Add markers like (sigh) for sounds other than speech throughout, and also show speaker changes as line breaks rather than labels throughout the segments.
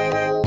(laughs)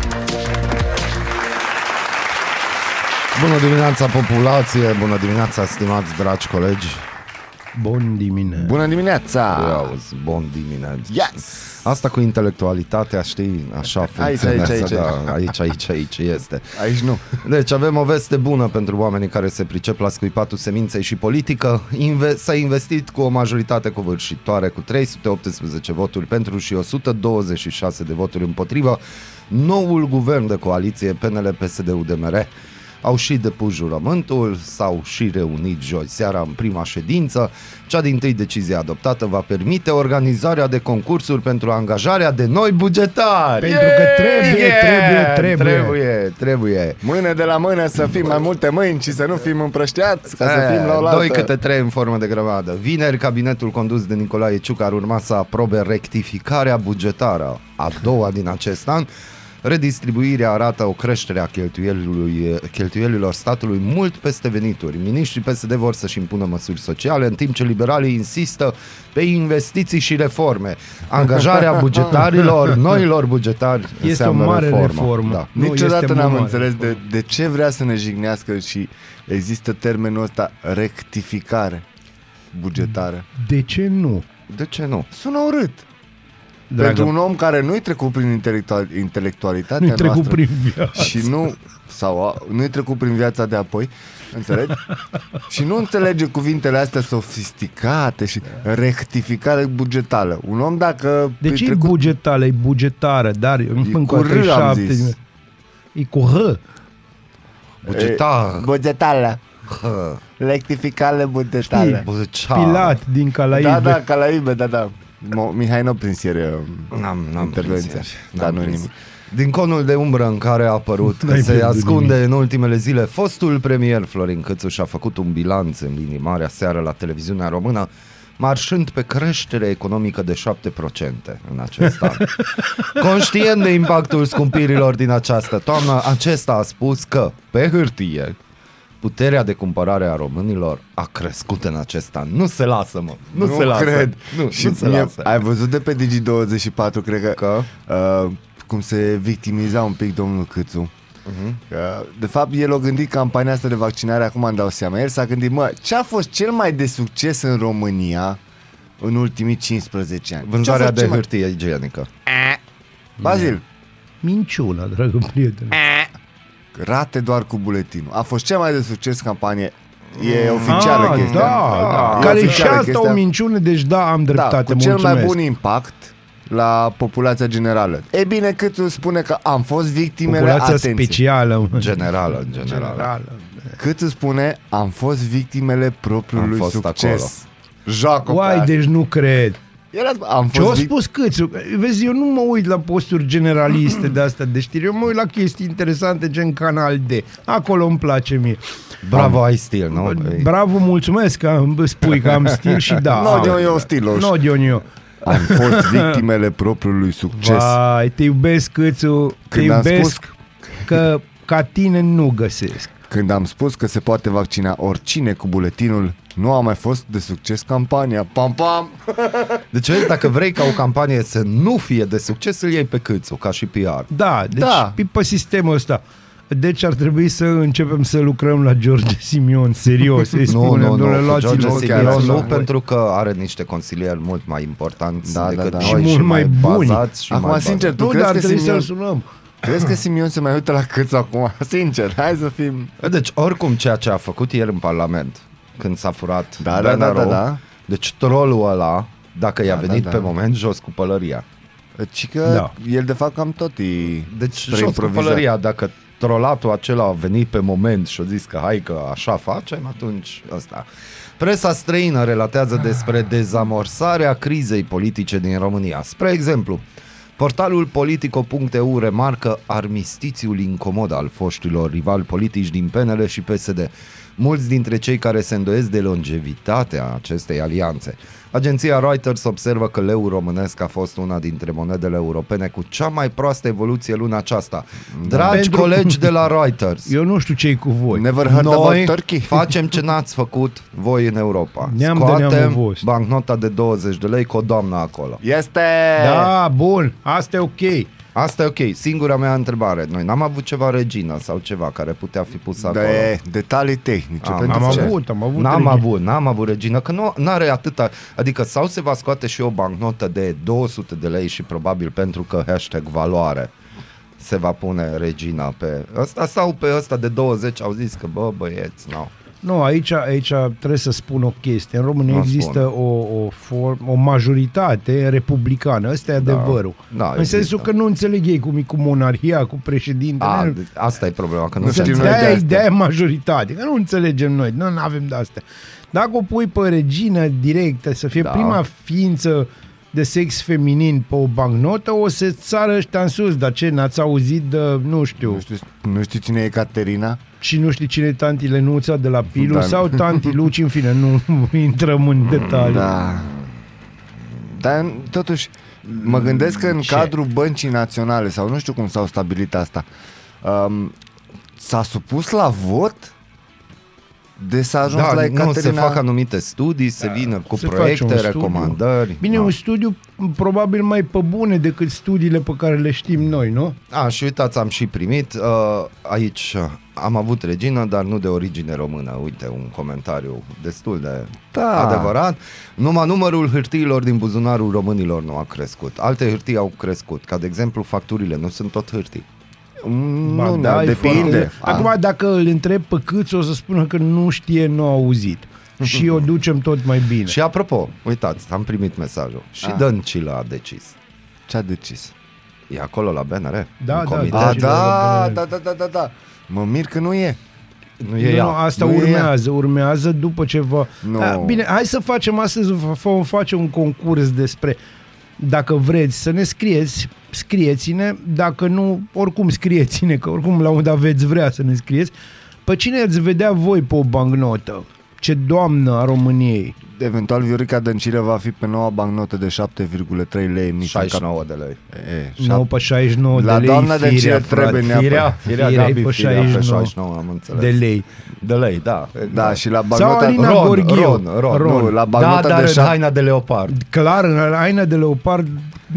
Bună dimineața, populație! Bună dimineața, stimați dragi colegi!
Bun dimineața.
Bună dimineața! Auzi, bun dimineața! Ah. Yes! Asta cu intelectualitatea, știi, așa funcționează.
aici, aici.
Da, aici, aici, aici este.
Aici nu.
Deci avem o veste bună pentru oamenii care se pricep la scuipatul seminței și politică. Inve- s-a investit cu o majoritate covârșitoare cu 318 voturi pentru și 126 de voturi împotrivă. Noul guvern de coaliție PNL-PSD-UDMR au și depus jurământul, s-au și reunit joi seara în prima ședință. Cea din tâi decizie adoptată va permite organizarea de concursuri pentru angajarea de noi bugetari.
Pentru că trebuie, trebuie, trebuie.
Trebuie, trebuie.
Mână de la mână să fim mai multe mâini și să nu fim împrășteați, ca să
Eh,
E,
fim la oaltă.
Eh, Doi câte trei în formă de grămadă. Vineri, cabinetul condus de Nicolae Ciuc ar urma să aprobe rectificarea bugetară a doua din acest an. Redistribuirea arată o creștere a cheltuielului, cheltuielilor statului mult peste venituri. Miniștrii PSD vor să-și impună măsuri sociale, în timp ce liberalii insistă pe investiții și reforme.
(laughs)
Angajarea bugetarilor, noilor bugetari
Este o
înseamnă
mare
reformă.
reformă.
Da.
Nu,
Niciodată
este
n-am
mult mare.
înțeles de, de ce vrea să ne jignească și există termenul ăsta rectificare bugetară.
De ce nu?
De ce nu?
Sună urât. Dragă.
Dragă,
Pentru un om care nu-i trecut prin intelectual, intelectualitatea
nu-i trecut
noastră
prin viață.
și nu sau a, nu-i trecut prin viața de apoi, înțelegi? și nu înțelege cuvintele astea sofisticate și rectificare bugetară. Un om dacă
De
îi
ce e
trecut
bugetală? E bugetară, dar încă
cu R, am zis.
E cu H.
Bugetar.
bugetară, rectificare bugetară.
Bugetar.
Pilat din Calaibe.
Da, da, Calaibe, da, da. Mo- Mihai n-a prins ieri uh,
N-am, n-am
intervenția.
prins ieri.
Da,
N-am
nu
prins.
nimic.
Din conul de umbră în care a apărut că
N-ai
se
pierdut
ascunde în ultimele zile, fostul premier Florin Cățu și-a făcut un bilanț în linii mari seară la televiziunea română, marșând pe creștere economică de 7% în acest
(laughs)
an. Conștient de impactul scumpirilor din această toamnă, acesta a spus că, pe hârtie, puterea de cumpărare a românilor a crescut în acest an. Nu se lasă, mă! Nu, se lasă!
cred.
Nu,
și
nu se
mie-
lasă!
Ai văzut de pe Digi24, cred că,
Că?
Uh, cum se victimiza un pic domnul Câțu.
Mhm.
Uh-huh. Că, de fapt, el a gândit campania asta de vaccinare, acum îmi dau seama. El s-a gândit, mă, ce a fost cel mai de succes în România în ultimii 15 ani? Ce a
Vânzarea
fost
de
cel mai-
hârtie igienică.
Bazil,
Minciuna, dragă prietene.
rate doar cu buletinul. A fost cea mai de succes campanie. E oficială
ah,
chestia.
da, da.
E
Care e și
oficială
asta
chestia.
o minciună, deci da, am
Da,
dreptate,
cu cel mai
mulțumesc.
bun impact la populația generală. E bine, Câțu spune că am fost victimele,
Populația
atenție.
specială. mă.
Generală, în general.
Generală.
Câțu spune, am fost victimele
Am
propriului
fost
succes. Joacă pe
Uai,
asta.
deci nu cred.
El a, am
Ce au
fost vic...
spus câți? Vezi, eu nu mă uit la posturi generaliste de astea de știri, eu mă uit la chestii interesante gen Canal D. Acolo îmi place mie.
Bravo, ai stil, nu? Ei,
Bravo, mulțumesc că îmi spui că am stil și
(laughs)
da.
No,
am.
de eu stiloș.
(laughs) No, Dionio.
Am fost victimele propriului succes.
Vai, te iubesc, Câțu, te
Când am
iubesc
spus-
că ca tine nu găsesc.
Când am spus că se poate vaccina oricine cu buletinul, nu a mai fost de succes campania. Pam, pam!
Deci vezi, dacă vrei ca o campanie să nu fie de succes, îl iei pe câțu, ca și PR.
Da, deci
Da.
da. pe sistemul ăsta. Deci ar trebui să începem să lucrăm la George Simion,
(laughs)
serios. Îi
Nu,
spunem,
nu,
domnule,
nu, cu
luați-l
George
în
Simion
ochi,
nu,
așa.
pentru că are niște consilieri mult mai importanți
Da, da,
decât
da.
noi
Și
mult mai buni.
bazați și
Acum,
mai
sincer,
bazați.
Tu
Nu,
crezi
dar ar
că
trebui
Simion-
să-l sunăm.
Crezi că Simion se mai uită la câți acum? (laughs) Sincer, hai să fim...
Deci, oricum, ceea ce a făcut el în Parlament, când s-a furat
Da, da, da,
bannerul,
da, da.
deci trollul ăla, dacă i-a
Da, da,
venit
da.
pe moment, jos cu pălăria.
Ci că da.
Da.
el de fapt cam tot e
Deci
spre
jos cu
improvizat.
pălăria, dacă trolatul acela a venit pe moment și a zis că hai că așa facem, atunci asta. Presa străină relatează despre dezamorsarea crizei politice din România. Spre exemplu, Portalul politico.eu remarcă armistițiul incomod al foștilor rivali politici din PNL și PSD. Mulți dintre cei care se îndoiesc de longevitatea acestei alianțe. Agenția Reuters observă că leu românesc a fost una dintre monedele europene cu cea mai proastă evoluție luna aceasta. Dragi
Pentru-
colegi de la Reuters,
Eu nu știu ce cu voi.
Never heard
noi
about Turkey?
facem ce n-ați făcut voi în Europa.
Neam de
Scoatem
neamul vostru.
bancnota de 20 de lei cu o doamnă acolo.
Este!
Da, bun, asta e ok.
Asta e ok. Singura mea întrebare. Noi n-am avut ceva regină sau ceva care putea fi pus acolo.
Da, e, detalii tehnice.
Am-
pentru
Am
ce?
avut, am avut.
N-am
regii.
avut, n-am avut regină, că nu are atâta, adică sau se va scoate și o bancnotă de 200 de lei și probabil pentru că hashtag valoare se va pune regina pe ăsta sau pe ăsta de 20 au zis că bă băieți, nu. No.
Nu, aici, aici trebuie să spun o chestie. În România
Nu
există o, o, form, o majoritate republicană. Asta e
Da.
adevărul.
Da,
în
există.
sensul că nu înțeleg ei cum e cu monarhia, cu președintele.
A,
nu-
Da, de- asta e problema, că nu,
Ah, deci Nu
se
știm
înțelege.
noi de
De-aia,
asta.
de-aia e majoritate. Că nu înțelegem noi, nu avem de astea. Dacă o pui pe regină directă, să fie
Da.
da. prima ființă de sex feminin pe o bancnotă, o să țară ăștia în sus. Dar ce, n-ați auzit de, nu știu,
Nu știu, nu știu cine e Caterina?
și nu știi cine e tanti Lenuța de la Pilu
Da.
sau tanti Luci, în fine, nu (laughs) intrăm în detalii.
Da. Dar totuși, mă
Mm,
gândesc că în
Ce?
cadrul băncii naționale, sau nu știu cum s-au stabilit asta, um, s-a supus la vot? De s-a ajuns
Da,
la
nu, se
Ecaterina?
fac anumite studii, se vină cu
Da, se face
proiecte,
un studiu.
recomandări.
Bine,
Da.
un studiu m, probabil mai pe bune decât studiile pe care le știm noi, nu?
A, și uitați, am și primit uh, aici, uh, am avut regină, dar nu de origine română. Uite, un comentariu destul de
Da.
adevărat. Numai numărul hârtiilor din buzunarul românilor nu a crescut. Alte hârtii au crescut, ca de exemplu facturile, nu sunt tot hârtii.
Mm,
Ba,
Nu,
da,
da,
e
depinde.
foarte- Acum, dacă îl întreb pe câți, o să spună că nu știe, nu a auzit. Și o ducem tot mai bine.
Și apropo, uitați, am primit mesajul. Și
Ah.
Dăncilă a decis.
Ce a decis?
E acolo la BNR?
Da,
în
da,
comitet?
A,
Uitați-vă la
da,
bine.
da, da, da, da, da. Mă mir că nu e.
Nu e ea.
nu, asta
Nu e
urmează, urmează după ce vă...
Nu.
Da, bine, hai să facem astăzi, vom face un concurs despre... Dacă vreți să ne scrieți, scrieți-ne, dacă nu, oricum scrieți-ne, că oricum la un dat veți vrea să ne scrieți. Pe cine ați vedea voi pe o bancnotă? Ce doamnă a României?
Eventual Viorica Dăncilă va fi pe noua bancnotă de 7,3 lei. mică,
69 de lei.
cap- E,
Nou pe 69
La
de lei
doamna Dăncilă
firea,
trebuie
frate.
Firea,
neapărat.
Firea
firea,
e
Gabi,
pe
firea pe
69.
69, am înțeles.
de lei.
de lei, da.
Da, și la
Sau
bagnota...
Alina
Ron,
Gorghiu.
Ron, Ron,
Nu, la
Da,
bagnota
dar
de
în
șap-
haina de leopard.
Clar, în haina de leopard,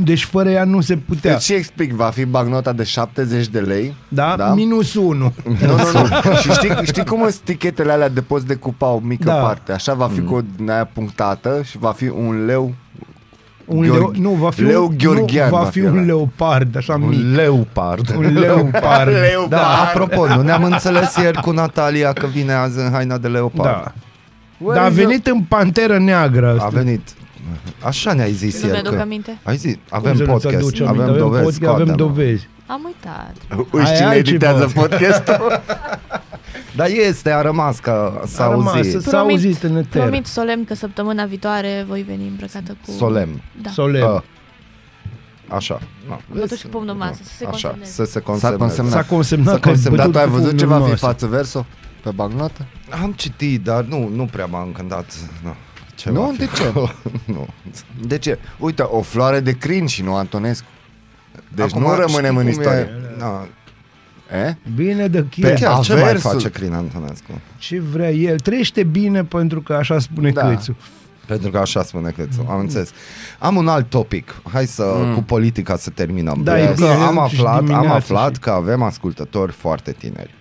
deci fără ea nu se putea.
Deci ce explic? Va fi bagnota de 70 de lei?
da? da? Minus 1.
Nu, nu, nu. și știi, știi cum sunt stichetele alea de poți decupa o mică
Da.
da. parte? Așa va fi
Mm.
cu o din aia punctată și va fi un leu.
Un
Gheorghe-
leu, nu, va fi
leu
un,
Gheorghean
nu, va
va
fi
fi
un
ăla.
leopard, așa mic.
Un leopard.
Un leopard.
Leu,
Da, apropo, nu ne-am
(laughs)
înțeles ieri cu Natalia că vine azi în haina de leopard.
Da. Dar a venit în panteră neagră.
A
Asta.
venit. Așa ne-ai zis
Păi, Nu
ieri.
mi-aduc
că-
aminte.
Ai zis,
Cum
avem
să nu-ți
podcast,
aduci aminte?
avem dovezi,
podcast, avem
scoatem.
dovezi.
Am uitat.
Uite
Ai
cine
altceva.
editează podcastul?
Dar este, a rămas ca s-a
A rămas,
auzit.
să- S-a auzit în eter.
Promit solemn că săptămâna viitoare voi veni îmbrăcată cu...
Solemn.
Da.
Solemn.
A. Așa. No.
Mă duc și pumn în masă, să se
Așa,
consemneze.
să se
S-a
consemneze.
consemnat.
S-a consemnat
S-a
că ai
consemnat.
(laughs) Dar
bătut
tu ai
cu
văzut ce va
pumnul
fi
în masă.
față verso pe bagnotă?
Am citit, dar nu, nu prea m-a încântat. Nu, ce
Nu?
va fi
De ce?
acolo? (laughs) nu.
De ce? Uite, o floare de crin și nu Antonescu. Deci
Acum,
nu rămânem
știi
în
cum
istorie.
E, na,
E?
Bine de
pe
chiar.
chiar, ce mai
aversul.
face Crin Antonescu?
Ce vrea el. Trește bine pentru că așa spune da.
Da.
Cățu.
Pentru că așa spune Cățu, am înțeles. Am un alt topic, hai să, mm. cu politica să terminăm.
Da,
Pentru
e
că
bine,
am
și
aflat, am
dimineața
aflat
și-
că avem ascultători foarte tineri,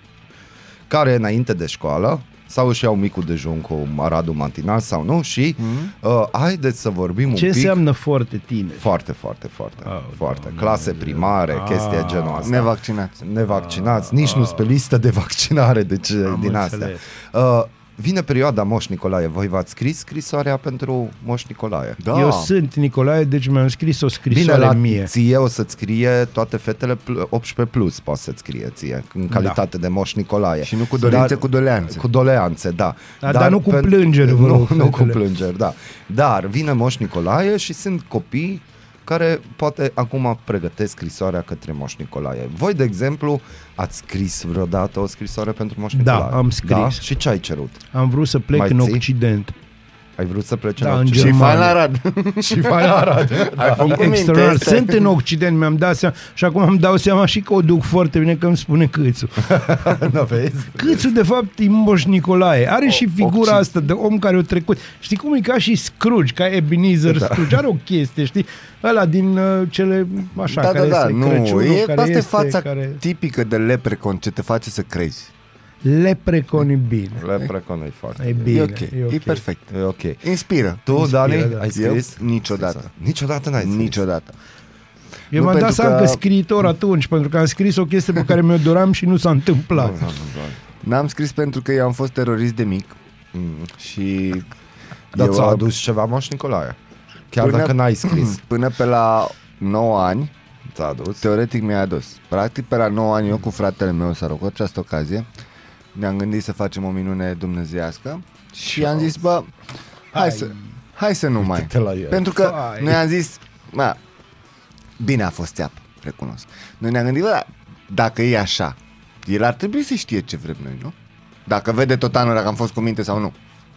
care înainte de școală, sau își iau micul dejun cu aradul matinal sau nu și mm. uh, haideți să vorbim
Ce
un pic.
înseamnă foarte tine?
Foarte, foarte, foarte,
Au,
foarte. Clase primare,
Ah.
chestia genul asta
Nevaccinați.
nevaccinați, nici nu sunt pe listă de vaccinare deci,
Ah. Am
din astea.
înțeles.
Uh, vine perioada Moș Nicolae. Voi v-ați scris scrisoarea pentru Moș Nicolae?
Da.
Eu sunt Nicolae, deci mi-am scris o
Bine,
scrisoare
la
mie.
ție o să-ți scrie toate fetele pl- 18 plus poate să-ți scrie ție, în
Da.
calitate de Moș Nicolae.
Și nu cu dorințe, cu doleanțe.
Cu doleanțe, da.
Da, dar nu cu plângeri,
Nu,
vă rog,
nu cu
fetele.
plângeri, da. Dar vine Moș Nicolae și sunt copii care poate acum pregătesc scrisoarea către Moș Nicolae. Voi, de exemplu, ați scris vreodată o scrisoare pentru Moș
Da,
Nicolae?
am scris.
Da? Și ce ai cerut?
Am vrut să plec
Mai
în
ții?
(laughs)
Occident.
Ai vrut să pleci
Da,
în
în
Occident?
Și
Germania.
fain la Arad.
Și mai Arad.
Ai făcut minte,
Extraordinar.
stai.
Sunt în Occident, mi-am dat seama și acum îmi dau seama și că o duc foarte bine că îmi spune
(laughs)
Câțu.
Da, vezi?
Câțu, de fapt, e Moș Nicolae. Are și figura
Occi-
asta de om care a trecut. Știi cum e ca și Scrooge, ca Ebenezer da. Scrooge. Are o chestie, știi? Ăla din uh, cele, așa,
da,
care
da, da,
este
nu,
Crăciunul,
e,
care
asta e
este,
fața
care...
tipică de leprecon, ce te face să crezi.
Lepreconi bine.
Le preconui foarte.
E bine,
E ok, e, okay. e perfect.
E ok.
Inspiră.
Tu, Dani,
da.
ai
Eu?
scris?
Niciodată.
Scrisoare. Niciodată n-ai scris.
Niciodată.
Eu
Nu,
m-am dat
pentru
seama
că-
că... scriitor atunci, pentru că am scris o chestie pe care mi-o doram și nu s-a întâmplat.
Da, da, da.
N-am scris pentru că eu am fost terorist de mic
Mm.
și
Dar
eu
ți-a
am-
adus ceva Moș Nicolae? Chiar
Până-
dacă n-ai scris,
Mm. până pe la 9 ani,
ți-a adus.
teoretic mi-a adus. Practic pe la 9 ani eu cu fratele meu s-a cu această ocazie, ne-am gândit să facem o minune dumnezeiască și am zis, bă, hai să, hai să nu mai.
Uite-te la el.
Pentru că
Hai.
noi am zis, bă, bine a fost țeapă, recunosc. Noi ne-am gândit, bă, da, dacă e așa, el ar trebui să știe ce vrem noi, nu? Dacă vede tot anul dacă am fost cu minte sau nu.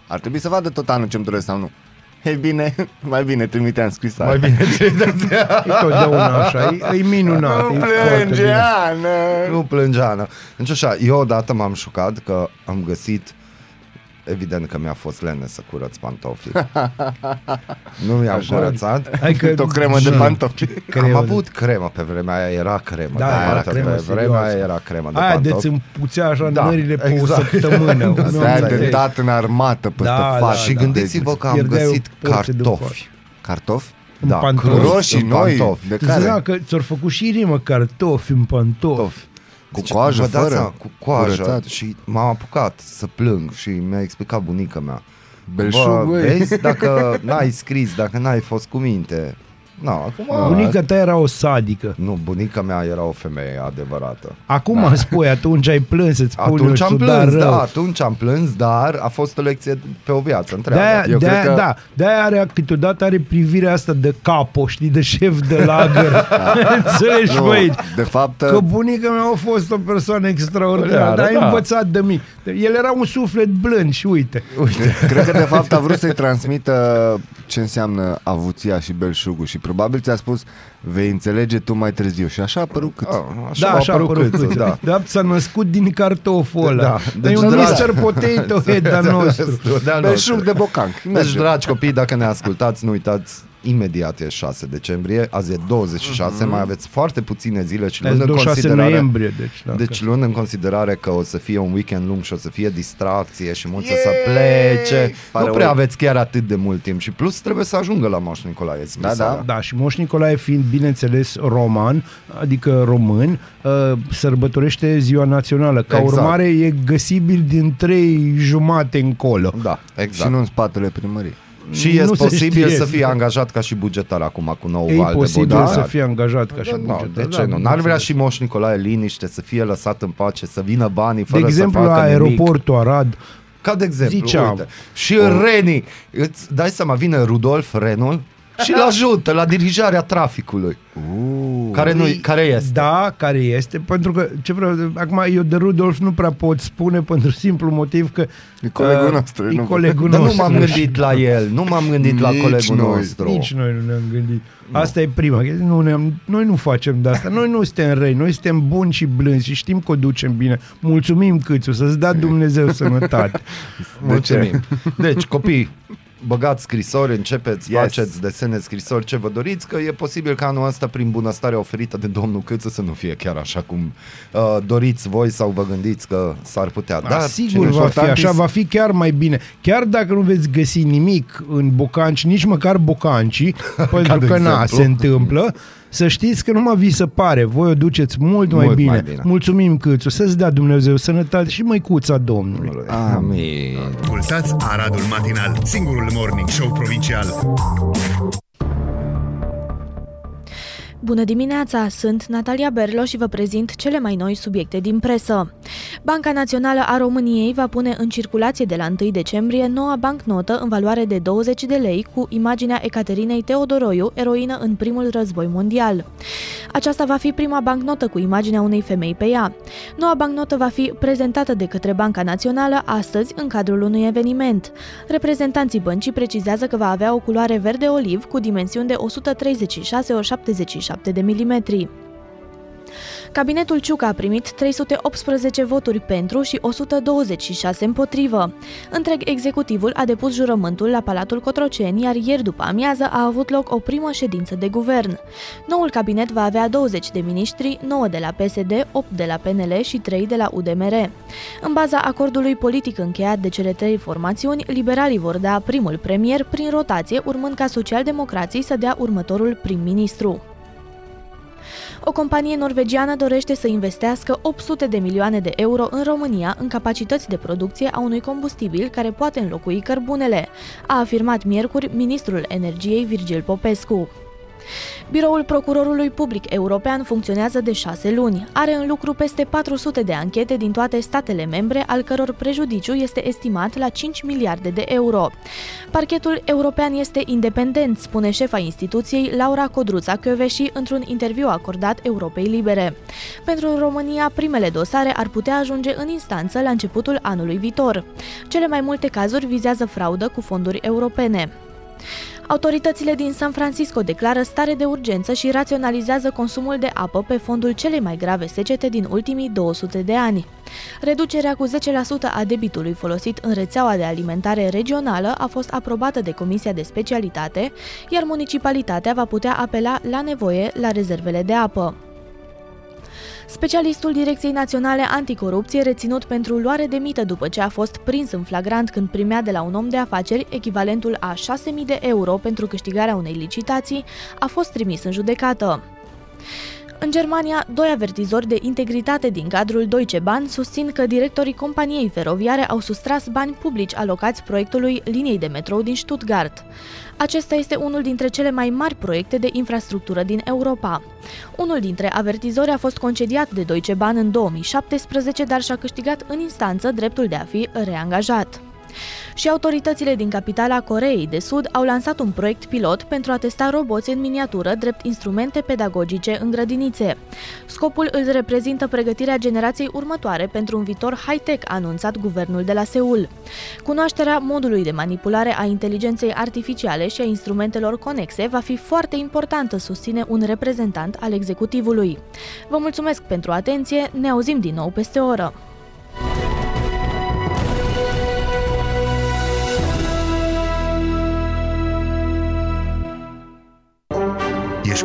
Ar trebui să vadă tot anul ce-mi doresc sau nu. E bine, (laughs) mai bine trimiteam scrisoare.
Mai bine,
E totdeauna așa, e, e minunat.
Nu
e foarte
plânge,
bine.
Ana!
(clears throat) nu plânge Ana. Deci așa, eu odată m-am șocat că am găsit Evident că mi-a fost lene să curăț (laughs) pantofii. nu mi-am
Așa.
curățat.
Hai că...
Cât o cremă de
Da.
pantofi.
Am
Cremă de-
avut cremă pe vremea aia, era cremă.
Da,
de
era
pantofi.
cremă
Pe vremea aia
serioasă.
era cremă de
Aia de
pantofi.
ți împuțea așa
Da,
da, nările pe
exact. (laughs)
o săptămână.
Da,
Nu
Stai
înțelegi.
dentat în armată peste da,
Da, da,
față.
da.
Și gândiți-vă că am
Pierdeai o
găsit
porție de
cartofi.
Cartofi?
În
Da,
pantofi.
cruzi
Roșii
în
noi?
pantofi.
De
Tu îți dai
care?
că ți-or făcut și rimă cartofi în pantofi.
Cu coajă,
vă dați
fără?
seama, cu coajă
Curățat?
și m-am apucat să plâng și mi-a explicat bunica mea. Bă,
Belșug, băi.
vezi,
(laughs)
dacă n-ai scris, dacă n-ai fost cu minte. Nu, acum...
Da. Bunica ta era o sadică.
Nu, bunica mea era o femeie adevărată.
Acum da. spui, atunci ai plâns, îți pune
Atunci am plâns,
rău.
da, atunci am plâns, dar a fost o lecție pe o viață întreagă.
De-aia,
Eu
de-aia,
cred că-
da, de-aia are, câteodată are privirea asta de capo, știi, de șef de lagăr. Înțelegi,
Nu,
bă, aici.
de fapt,
Că bunica mea a fost o persoană extraordinară,
Extraordinară,
dar
da.
a învățat de mic. El era un suflet blând și uite. Da,
cred că de fapt a vrut să-i transmită ce înseamnă avuția și belșugul și probabil ți-a spus vei înțelege tu mai târziu și așa a apărut cât.
Ah,
Da,
așa
așa a
apărut
apărut
câțul,
Câțu.
da.
da. s-a născut din cartoful ăla.
Da,
Da.
deci
Deci e un
de la-
Mr. Potato
(laughs)
Head al nostru.
Da,
Belșug de bocanc.
Deci,
Merge.
dragi copii, dacă ne ascultați, nu uitați, imediat e 6 decembrie, azi e 26,
Mhm.
mai aveți foarte puține zile
Deci
și luând în
26
considerare...
noiembrie, deci. Da,
Deci luând în considerare că o să fie un weekend lung și o să fie distracție și mulți o să plece,
Pare
nu prea
o-
aveți chiar atât de mult timp și plus trebuie să ajungă la Moș Nicolae.
Da,
scrisoarea.
Da, și Moș Nicolae fiind, bineînțeles, roman, adică român, uh, sărbătorește ziua națională. Ca
Exact.
exact. urmare, e găsibil din trei jumate încolo.
Da,
Și
exact.
nu în spatele primării.
Și,
nu
e
se
posibil
știe.
să fie angajat ca și bugetar acum cu nou
E
val de
posibil
bugetar.
să fie angajat ca și
Da,
bugetar.
de ce nu? N-ar vrea și Moș Nicolae liniște să fie lăsat în pace, să vină banii
De
fără
exemplu,
să
la
facă nimic.
aeroportul Arad,
Ca de exemplu,
Ziceam.
uite, și oh. Reni, îți dai seama, vine Rudolf Renul
(laughs)
și-l ajută la dirijarea traficului,
Uh.
care, nu, care este.
Da, care este, pentru că ce vreau, acum eu de Rudolf nu prea pot spune (laughs) pentru simplu motiv că uh,
E colegul nostru,
e
nu-
colegul
Dar nu
nostru.
m-am gândit la el, nu m-am gândit la
Nici
colegul
noi.
nostru.
Nici noi nu ne-am gândit. Asta e prima. chestie. Nu ne-am, noi nu facem de asta. Noi nu suntem răi, noi suntem buni și blânzi și știm că o ducem bine. Mulțumim, Câțu, să-ți dea Dumnezeu
(laughs)
sănătate.
Mulțumim. Deci, copii, băgați scrisori, începeți, yes.
Yes.
faceți desene scrisori, ce vă doriți, că e posibil ca anul ăsta, prin bunăstarea oferită de domnul Câță, să nu fie chiar așa cum uh, doriți voi sau vă gândiți că s-ar putea.
Da,
Dar
sigur va fi
important
așa,
e să-
va fi chiar mai bine. Chiar dacă nu veți găsi nimic în bocanci, nici măcar
(laughs)
bocancii, pentru
de
că na,
exemplu.
se întâmplă, să știți că numai vi se pare, voi o duceți mult, mai,
Mult mai
bine.
bine.
Mulțumim, Câțu, să-ți dea Dumnezeu sănătate și măicuța Domnului. (laughs)
Amin.
Ascultați Aradul Matinal, singurul morning show provincial.
Bună dimineața, sunt Natalia Berlo și vă prezint cele mai noi subiecte din presă. Banca Națională a României va pune în circulație de la 1 decembrie noua bancnotă în valoare de 20 de lei cu imaginea Ecaterinei Teodoroiu, eroină în primul război mondial. Aceasta va fi prima bancnotă cu imaginea unei femei pe ea. Noua bancnotă va fi prezentată de către Banca Națională astăzi în cadrul unui eveniment. Reprezentanții băncii precizează că va avea o culoare verde oliv cu dimensiuni de 136 x 77 de milimetri. Cabinetul Ciucă a primit 318 voturi pentru și 126 împotrivă. Întreg executivul a depus jurământul la Palatul Cotroceni, iar ieri după amiază a avut loc o primă ședință de guvern. Noul cabinet va avea 20 de miniștri, 9 de la PSD, 8 de la PNL și 3 de la UDMR. În baza acordului politic încheiat de cele trei formațiuni, liberalii vor da primul premier prin rotație, urmând ca socialdemocrații să dea următorul prim-ministru. O companie norvegiană dorește să investească 800 de milioane de euro în România în capacități de producție a unui combustibil care poate înlocui cărbunele, a afirmat miercuri ministrul energiei Virgil Popescu. Biroul Procurorului Public European funcționează de șase luni. Are în lucru peste 400 de anchete din toate statele membre, al căror prejudiciu este estimat la 5 miliarde de euro. Parchetul european este independent, spune șefa instituției Laura Codruța Căveși într-un interviu acordat Europei Libere. Pentru România, primele dosare ar putea ajunge în instanță la începutul anului viitor. Cele mai multe cazuri vizează fraudă cu fonduri europene. Autoritățile din San Francisco declară stare de urgență și raționalizează consumul de apă pe fondul celei mai grave secete din ultimii 200 de ani. Reducerea cu 10% a debitului folosit în rețeaua de alimentare regională a fost aprobată de Comisia de Specialitate, iar municipalitatea va putea apela la nevoie la rezervele de apă. Specialistul Direcției Naționale Anticorupție reținut pentru luare de mită după ce a fost prins în flagrant când primea de la un om de afaceri echivalentul a 6.000 de euro pentru câștigarea unei licitații a fost trimis în judecată. În Germania, doi avertizori de integritate din cadrul Deutsche Bahn susțin că directorii companiei feroviare au sustras bani publici alocați proiectului liniei de metrou din Stuttgart. Acesta este unul dintre cele mai mari proiecte de infrastructură din Europa. Unul dintre avertizori a fost concediat de Deutsche Bahn în 2017, dar și-a câștigat în instanță dreptul de a fi reangajat și autoritățile din capitala Coreei de Sud au lansat un proiect pilot pentru a testa roboți în miniatură drept instrumente pedagogice în grădinițe. Scopul îl reprezintă pregătirea generației următoare pentru un viitor high-tech, a anunțat guvernul de la Seul. Cunoașterea modului de manipulare a inteligenței artificiale și a instrumentelor conexe va fi foarte importantă, susține un reprezentant al executivului. Vă mulțumesc pentru atenție, ne auzim din nou peste o oră.
Ești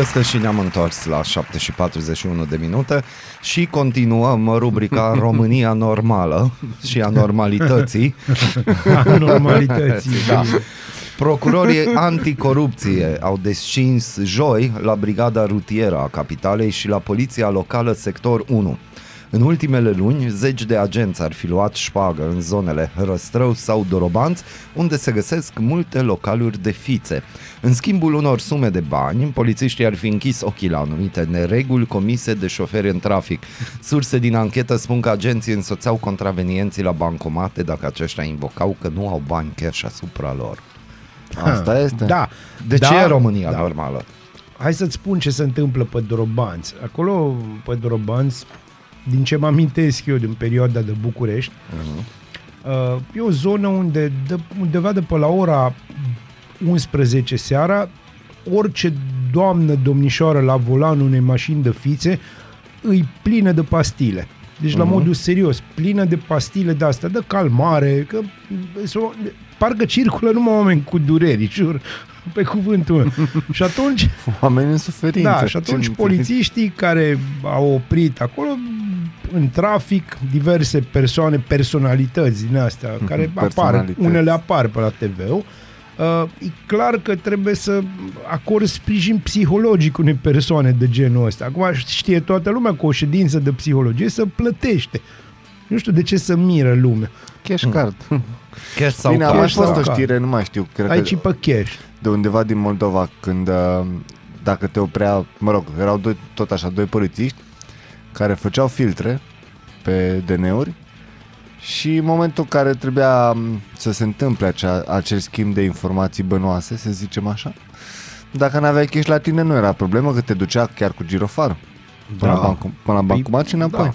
Este și ne-am întors la 7 și 41 de minute și continuăm rubrica România normală și a normalității.
Normalității.
Da. Procurorii anticorupție au descins joi la Brigada Rutieră a Capitalei și la Poliția Locală Sector 1. În ultimele luni, zeci de agenți ar fi luat șpagă în zonele Răstrău sau Dorobanț, unde se găsesc multe localuri de fițe. În schimbul unor sume de bani, polițiștii ar fi închis ochii la anumite nereguli comise de șoferi în trafic. Surse din anchetă spun că agenții însoțeau contravenienții la bancomate dacă aceștia invocau că nu au bani cash asupra lor.
Asta este.
Da.
De
da,
ce e România da. normală?
Hai să-ți spun ce se întâmplă pe Dorobanț. Acolo, pe Dorobanț, din ce mă amintesc eu din perioada de București, uh-huh. e o zonă unde de, undeva de pe la ora 11 seara, orice doamnă domnișoară la volanul unei mașini de fițe îi plină de pastile. Deci, uh-huh. la modul serios, plină de pastile de astea, de calmare, că s-o- parcă circulă numai oameni cu dureri, jur, pe cuvântul meu. și atunci,
Oameni în suferință.
da, și Da, atunci
Ce-
polițiștii care au oprit acolo în trafic diverse persoane, personalități din astea, care apar,
Mhm, personalități.
unele apar pe la tv Uh, e clar că trebuie să acord sprijin psihologic unei persoane de genul ăsta. Acum știe toată lumea că o ședință de psihologie să plătește. Nu știu de ce să miră lumea.
Cash card.
Cash sau
Bine, a
cash.
mai
cash
fost
sau
o
card?
știre, nu mai știu, cred
Aici e
că da.
pe cash.
de undeva din Moldova, când uh, dacă te oprea, mă rog, erau doi, tot așa, doi polițiști care făceau filtre pe DN-uri și în momentul în care trebuia um, să se întâmple acea, acel schimb de informații bănoase, să zicem așa, dacă n-aveai cash la tine nu era problemă, că te ducea chiar cu girofarul până,
Da.
la, bancu- până la bancomat și înapoi. Da.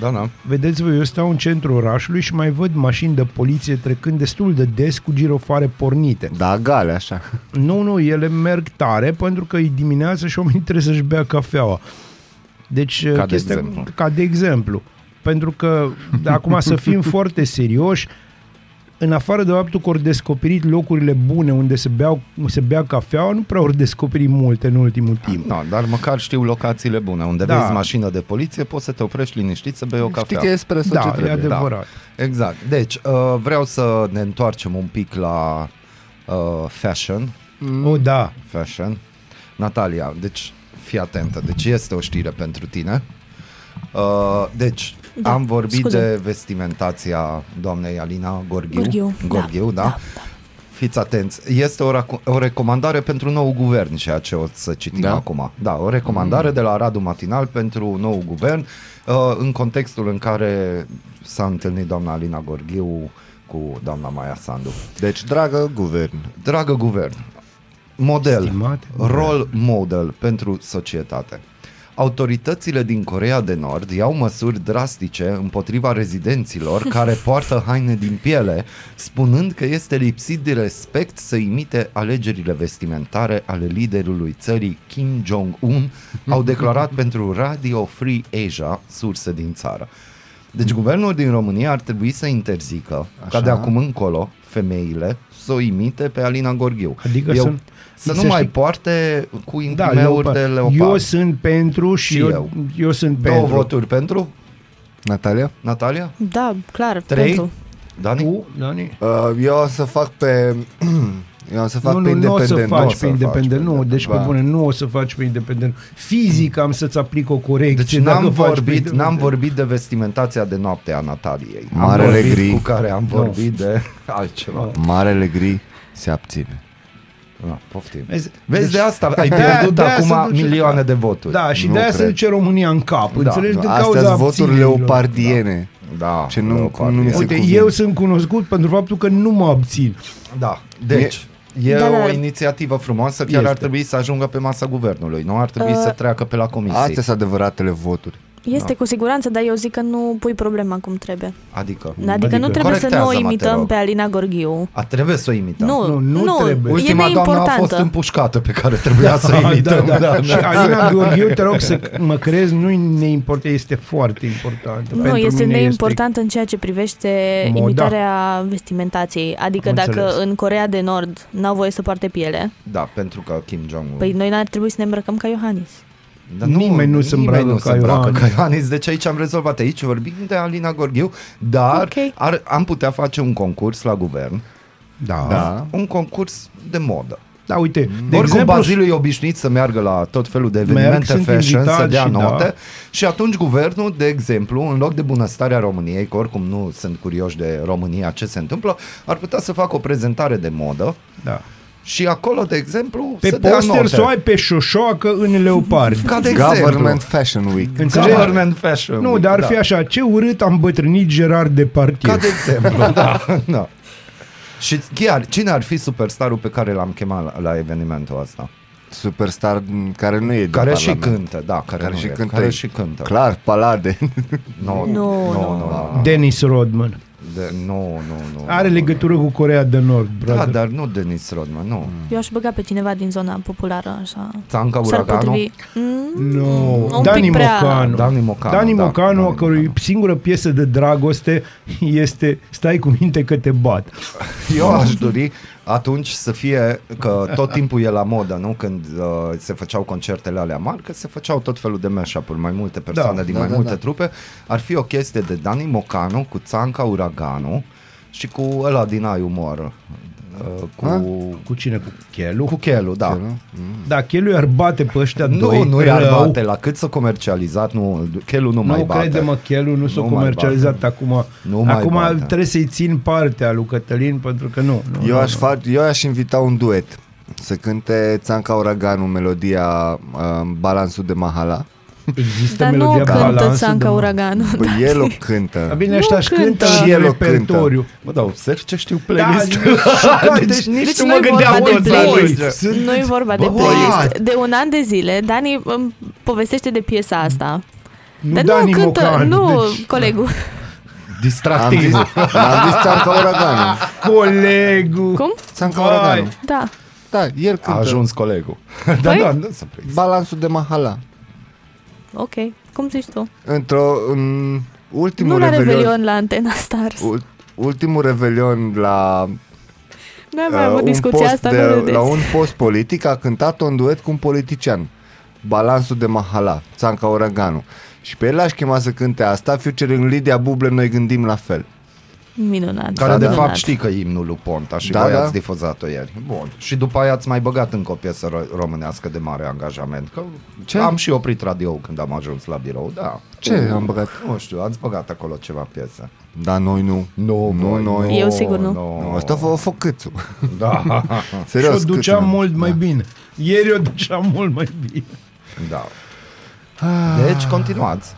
Da, da.
Vedeți voi, eu stau în centrul orașului și mai văd mașini de poliție trecând destul de des cu girofare pornite.
Da, gale, așa.
Nu, nu, ele merg tare pentru că e dimineață și oamenii trebuie să-și bea cafeaua. Deci,
de
chestia,
exemplu.
ca de exemplu. Pentru că, de acum să
(laughs)
fim foarte serioși, în afară de faptul că ori descoperit locurile bune unde se, beau, se bea cafeaua, nu prea ori descoperit multe în ultimul
(laughs)
timp.
Da, dar măcar știu locațiile bune. Unde
Da.
da. vezi mașină de poliție, poți să te oprești liniștit să bei o cafea.
Știi că e espresso
Da,
ce
e
trebuie.
adevărat.
Exact. Deci, uh, vreau să ne întoarcem un pic la uh, fashion.
O, da.
Fashion. Natalia, deci fii atentă. Deci este o știre pentru tine. Uh, deci,
Da,
da, am vorbit
scuze.
scuze. de vestimentația doamnei Alina Gorghiu.
Gorghiu, da,
Gorghiu da. da. Fiți atenți, este o, rac- o recomandare pentru nou guvern, ceea ce o să citim
Da?
da? acum. Da, o recomandare mm. de la Radu Matinal pentru nou guvern, uh, în contextul în care s-a întâlnit doamna Alina Gorghiu cu doamna Maia Sandu.
Deci, dragă guvern,
Dragă guvern, model,
Stimate guvern.
role model pentru societate. Autoritățile din Corea de Nord iau măsuri drastice împotriva
(laughs)
rezidenților care poartă haine din piele, spunând că este lipsit de respect să imite alegerile vestimentare ale liderului țării Kim Jong-un, au
(laughs)
declarat pentru Radio Free Asia, surse din țară. Deci guvernul din România ar trebui să interzică, Așa.
Așa.
ca de acum încolo, femeile să o imite pe Alina Gorghiu.
Adică să-
Eu, să,
să
nu mai
știi-
poarte cu
da
imprimeuri da, de leopard.
Eu sunt pentru și,
Și
eu, eu.
eu.
eu sunt
Două
pentru.
voturi pentru
Natalia?
Natalia?
Da, clar,
Trei?
pentru.
Dani?
Tu, Dani?
Uh, eu o să fac pe... (clears throat) Eu o să fac
nu,
pe
nu, nu o să
independent.
faci pe
să faci da,
independent,
pe
nu, deci pe
ba.
bune, nu o să faci pe independent. Fizic am să-ți aplic o corecție.
Deci
dacă
n-am
faci pe
vorbit,
independent.
n-am vorbit de vestimentația de noapte a Nataliei. Am
Marele
vorbit
gri.
Cu care am vorbit de (laughs) altceva.
Nu.
Marele gri se abține.
Da, poftim.
Vezi,
Vezi, deci,
deci-
de
(laughs)
asta ai
de-aia-
pierdut
de-aia se
acum
duce-
milioane de voturi.
Da, și
Nu
de aia se
cred.
duce România în
Da,
cap, înțelegi?
nu,
Din
Astea
cauza
sunt voturi
abținerilor.
leopardiene.
da.
Ce nu-
leopard.
nu mi se
Uite,
cuvine.
eu sunt cunoscut pentru faptul că nu mă abțin.
Da, deci... E
Da,
da,
da.
o inițiativă frumoasă, chiar
Este.
este. ar trebui să ajungă pe masa guvernului, nu ar trebui uh, să treacă pe la comisie.
Astea sunt adevăratele voturi.
Este cu siguranță, dar eu zic că nu pui problema cum trebuie.
Adică,
Adică, adică nu trebuie să nu o
Corectează-mă, te
imităm
rog.
pe Alina Gorghiu.
A, trebuie să o imităm.
Nu,
Nu,
nu,
nu
nu
trebuie.
e
Ultima doamnă a fost
neimportantă.
împușcată pe care trebuia să o imităm.
(laughs) da, da. Și Alina Gheorghiu, te rog să mă crezi, nu ne important, este foarte important.
Nu,
Pentru
este
mine
neimportant în ceea ce privește
Moda.
imitarea vestimentației. Adică
Am
dacă
înțeles.
în Corea de Nord n-au voie să poarte piele,
Da, pentru că Kim Jong-un...
păi noi n-ar trebui să ne îmbrăcăm ca Iohannis.
Dar
nimeni nu se îmbracă
nimeni nu
ca
se îmbracă
Iohannis.
ca Iohannis. Deci aici am rezolvat. Aici vorbim de Alina Gorghiu, dar
Ok.
okay. ar, am putea face un concurs la guvern.
Da. da.
Da.
Un concurs de modă.
Da, uite, de
De Oricum, exemplu,
exemplu,
Bazilu e obișnuit să meargă la tot felul de evenimente
sunt
fashion,
invitat
să dea
și da.
note da. și atunci guvernul, de exemplu, în loc de bunăstarea României, că oricum nu sunt curioși de România ce se întâmplă, ar putea să facă o prezentare de modă
da.
și acolo, de exemplu,
Pe
să dea
poster
note.
să o ai pe șoșoacă în leopard.
Ca de
Government
exemplu.
Fashion Week.
Înțelegi?
Government fashion.
Nu, dar ar fi
da.
așa, ce urât am bătrânit Gerard Depardieu.
Ca de exemplu, (laughs) da. da. Și chiar, cine ar fi superstarul pe care l-am chemat la, la evenimentul ăsta?
Superstar m, care nu e din
Care și
parlament.
cântă, da, care,
Care
nu
și
e,
cântă.
Care și cântă.
Clar,
(laughs)
palade.
No,
Nu, nu.
nu, nu.
Dennis Rodman.
De, nu, nu, nu.
Are
nu,
legătură cu Corea de Nord,
Nu. Da,
brother.
dar nu Denis Rodman, nu.
Eu aș băga pe cineva din zona populară, așa.
Țanca
S-ar
Uraganu.
potrivi. Mm,
No.
un
Dani
pic prea-
Mocanu.
Dani Mocanu,
Dani
da,
Mocanu, a
Dani
cărui
Mocanu.
singură piesă de dragoste este Stai cu minte că te bat.
(laughs) Eu aș dori, atunci să fie că tot timpul e la modă, nu? Când uh, se făceau concertele alea mari, că se făceau tot felul de mashup-uri, mai multe persoane da, din da, mai da, multe da. trupe. Ar fi o chestie de Dani Mocanu cu Țanca Uraganu și cu ăla din Ai Umor. Uh, cu,
Ha?
Cu cine? Cu Chelu?
cu Chelu, da. Chelu?
Da, Chelu i-ar bate pe ăștia
Nu,
doi.
nu i-ar
rău.
bate, la cât s-a comercializat, nu, Chelu nu, mai
Nu,
bate.
crede-mă, Chelu nu s-a
Nu mai
comercializat
bate.
acum.
Nu mai
acum
bate.
trebuie să-i țin partea lui Cătălin, pentru că nu. nu
(laughs) Eu
nu,
aș,
nu.
fac, eu aș invita un duet să cânte Țanca Uraganu melodia uh, Balansul de Mahala.
Există
Dar nu
melodia
cântă
Balansul
Țanca
de-
Uraganul. da.
Păi el o
Dar (laughs)
cântă.
Bine,
Nu
ăștia își cântă
cântă.
Și el
în
o cântă.
repertoriu.
Bă, dar observ ce știu
Da, (laughs)
playlist-ul.
deci,
Deci nu e vorba de
toți la
playlist.
noastră.
Nu e vorba de
Bă,
playlist.
what?
De un an de zile, Dani îmi povestește de piesa asta.
nu
Dar
Dani
nu cântă,
Mocan,
nu,
da deci-
colegul.
Am
Distractiv.
zis, am zis Țanca Uraganu.
Colegul.
Cum?
Țanca
Vai.
Uraganu.
Da.
Da, el
A
cântă.
ajuns colegul.
Păi?
da, nu se prins.
Balansul de Mahala.
Ok. Cum zici tu?
Într-o... În ultimul
nu la
revelion,
Revelion la Antena Stars.
ul- ultimul revelion la
Nu am mai
uh,
avut
un
discuția
post
asta,
de,
nu râdeți.
la un post politic a cântat un duet cu un politician. Balansul de Mahala, Țanca Uraganu. Și pe el l-aș chema să cânte asta, featuring Lidia Buble, noi gândim la fel.
Minunat.
Care
da,
de
minunat.
fapt știi că e imnul lui Ponta și
Da,
da, voi
da.
ați difuzat-o ieri. Bun. Și după aia ați mai băgat încă o piesă ro- românească de mare angajament. Că
Ce?
Ce? am și oprit radio când am ajuns la birou, da.
Ce am băgat?
Nu știu, ați băgat acolo ceva piese.
Dar noi nu.
Nu,
Nu,
voi,
noi.
Eu sigur nu.
Nu, asta a fost făcățul.
Da,
Serios.
și o
cât
duceam
am-
mult mai bine. Ieri o duceam mult mai bine.
da. Deci continuați.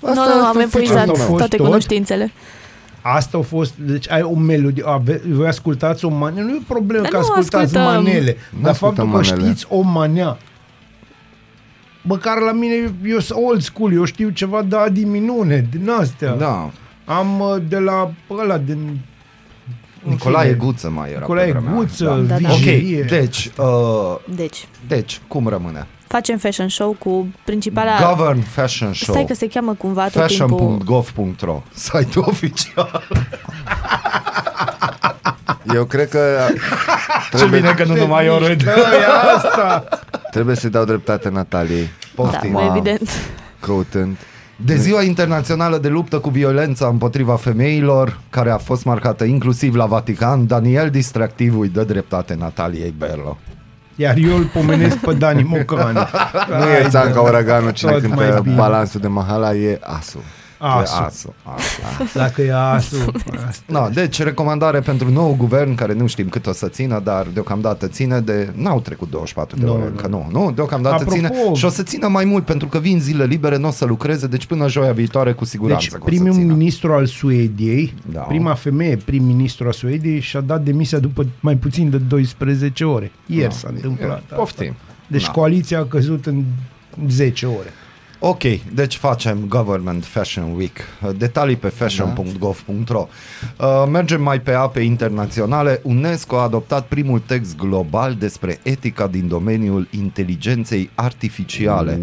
Nu,
Asta
nu, am
sunt
epuizat
feature-ul meu.
toate
Fost tot?
cunoștințele.
Asta a fost, deci ai o melodie, ave, voi ascultați o manele, nu e problemă
Dar
că
nu
ascultați
ascultăm.
manele,
Nu
dar
ascultăm
faptul că
manele.
știți o manea, măcar la mine, eu sunt old school, eu știu ceva de Adi Minune, din astea.
Da.
Am uh, de la ăla, din...
Nicolae
în fine,
Guță mai era
Nicolae
pe vremea aia.
Guță,
Da, da.
da. Vigilie.
Ok, deci, uh,
Deci,
deci, cum rămâne?
facem fashion show cu principala...
Govern Fashion Show.
da. Stai că se cheamă cumva tot timpul...
fashion.gov.ro (laughs) Site-ul oficial.
Eu cred (laughs) că
Ce
trebuie,
bine că nu numai eu râd.
Da, e asta.
trebuie să-i dau dreptate Nataliei,
Da,
Poftim.
Wow.
evident.
căutând.
De ziua internațională de luptă cu violența împotriva femeilor, care a fost marcată inclusiv la Vatican, Daniel Distractiv îi dă dreptate Nataliei Berlo.
Iar eu îl pomenesc pe Dani Mocan.
Nu e
Da.
Țanca Uraganu cine
tot mai
cântă
bine.
balansul de Mahala, e Asu.
Asu.
Asu, asu.
Dacă e asu.
Da, deci recomandare pentru nou guvern care nu știm cât o să țină, dar deocamdată ține de... N-au trecut 24 de
Nu,
ore
nu.
încă, nu, nu, deocamdată
Apropo-
ține și o să țină mai mult pentru că vin zile libere, nu o să lucreze, deci până joia viitoare cu siguranță
Deci
că o să
primul
țină.
ministru al Suediei,
Da.
da. prima femeie prim-ministru al Suediei și-a dat demisia după mai puțin de 12 ore. Ieri s-a întâmplat. asta.
Da. Poftim.
Deci
Da.
coaliția a căzut în 10 ore.
Ok, deci facem Government Fashion Week. Detalii pe fashion.gov.ro Uh, Mergem mai pe ape internaționale. UNESCO a adoptat primul text global despre etica din domeniul inteligenței artificiale.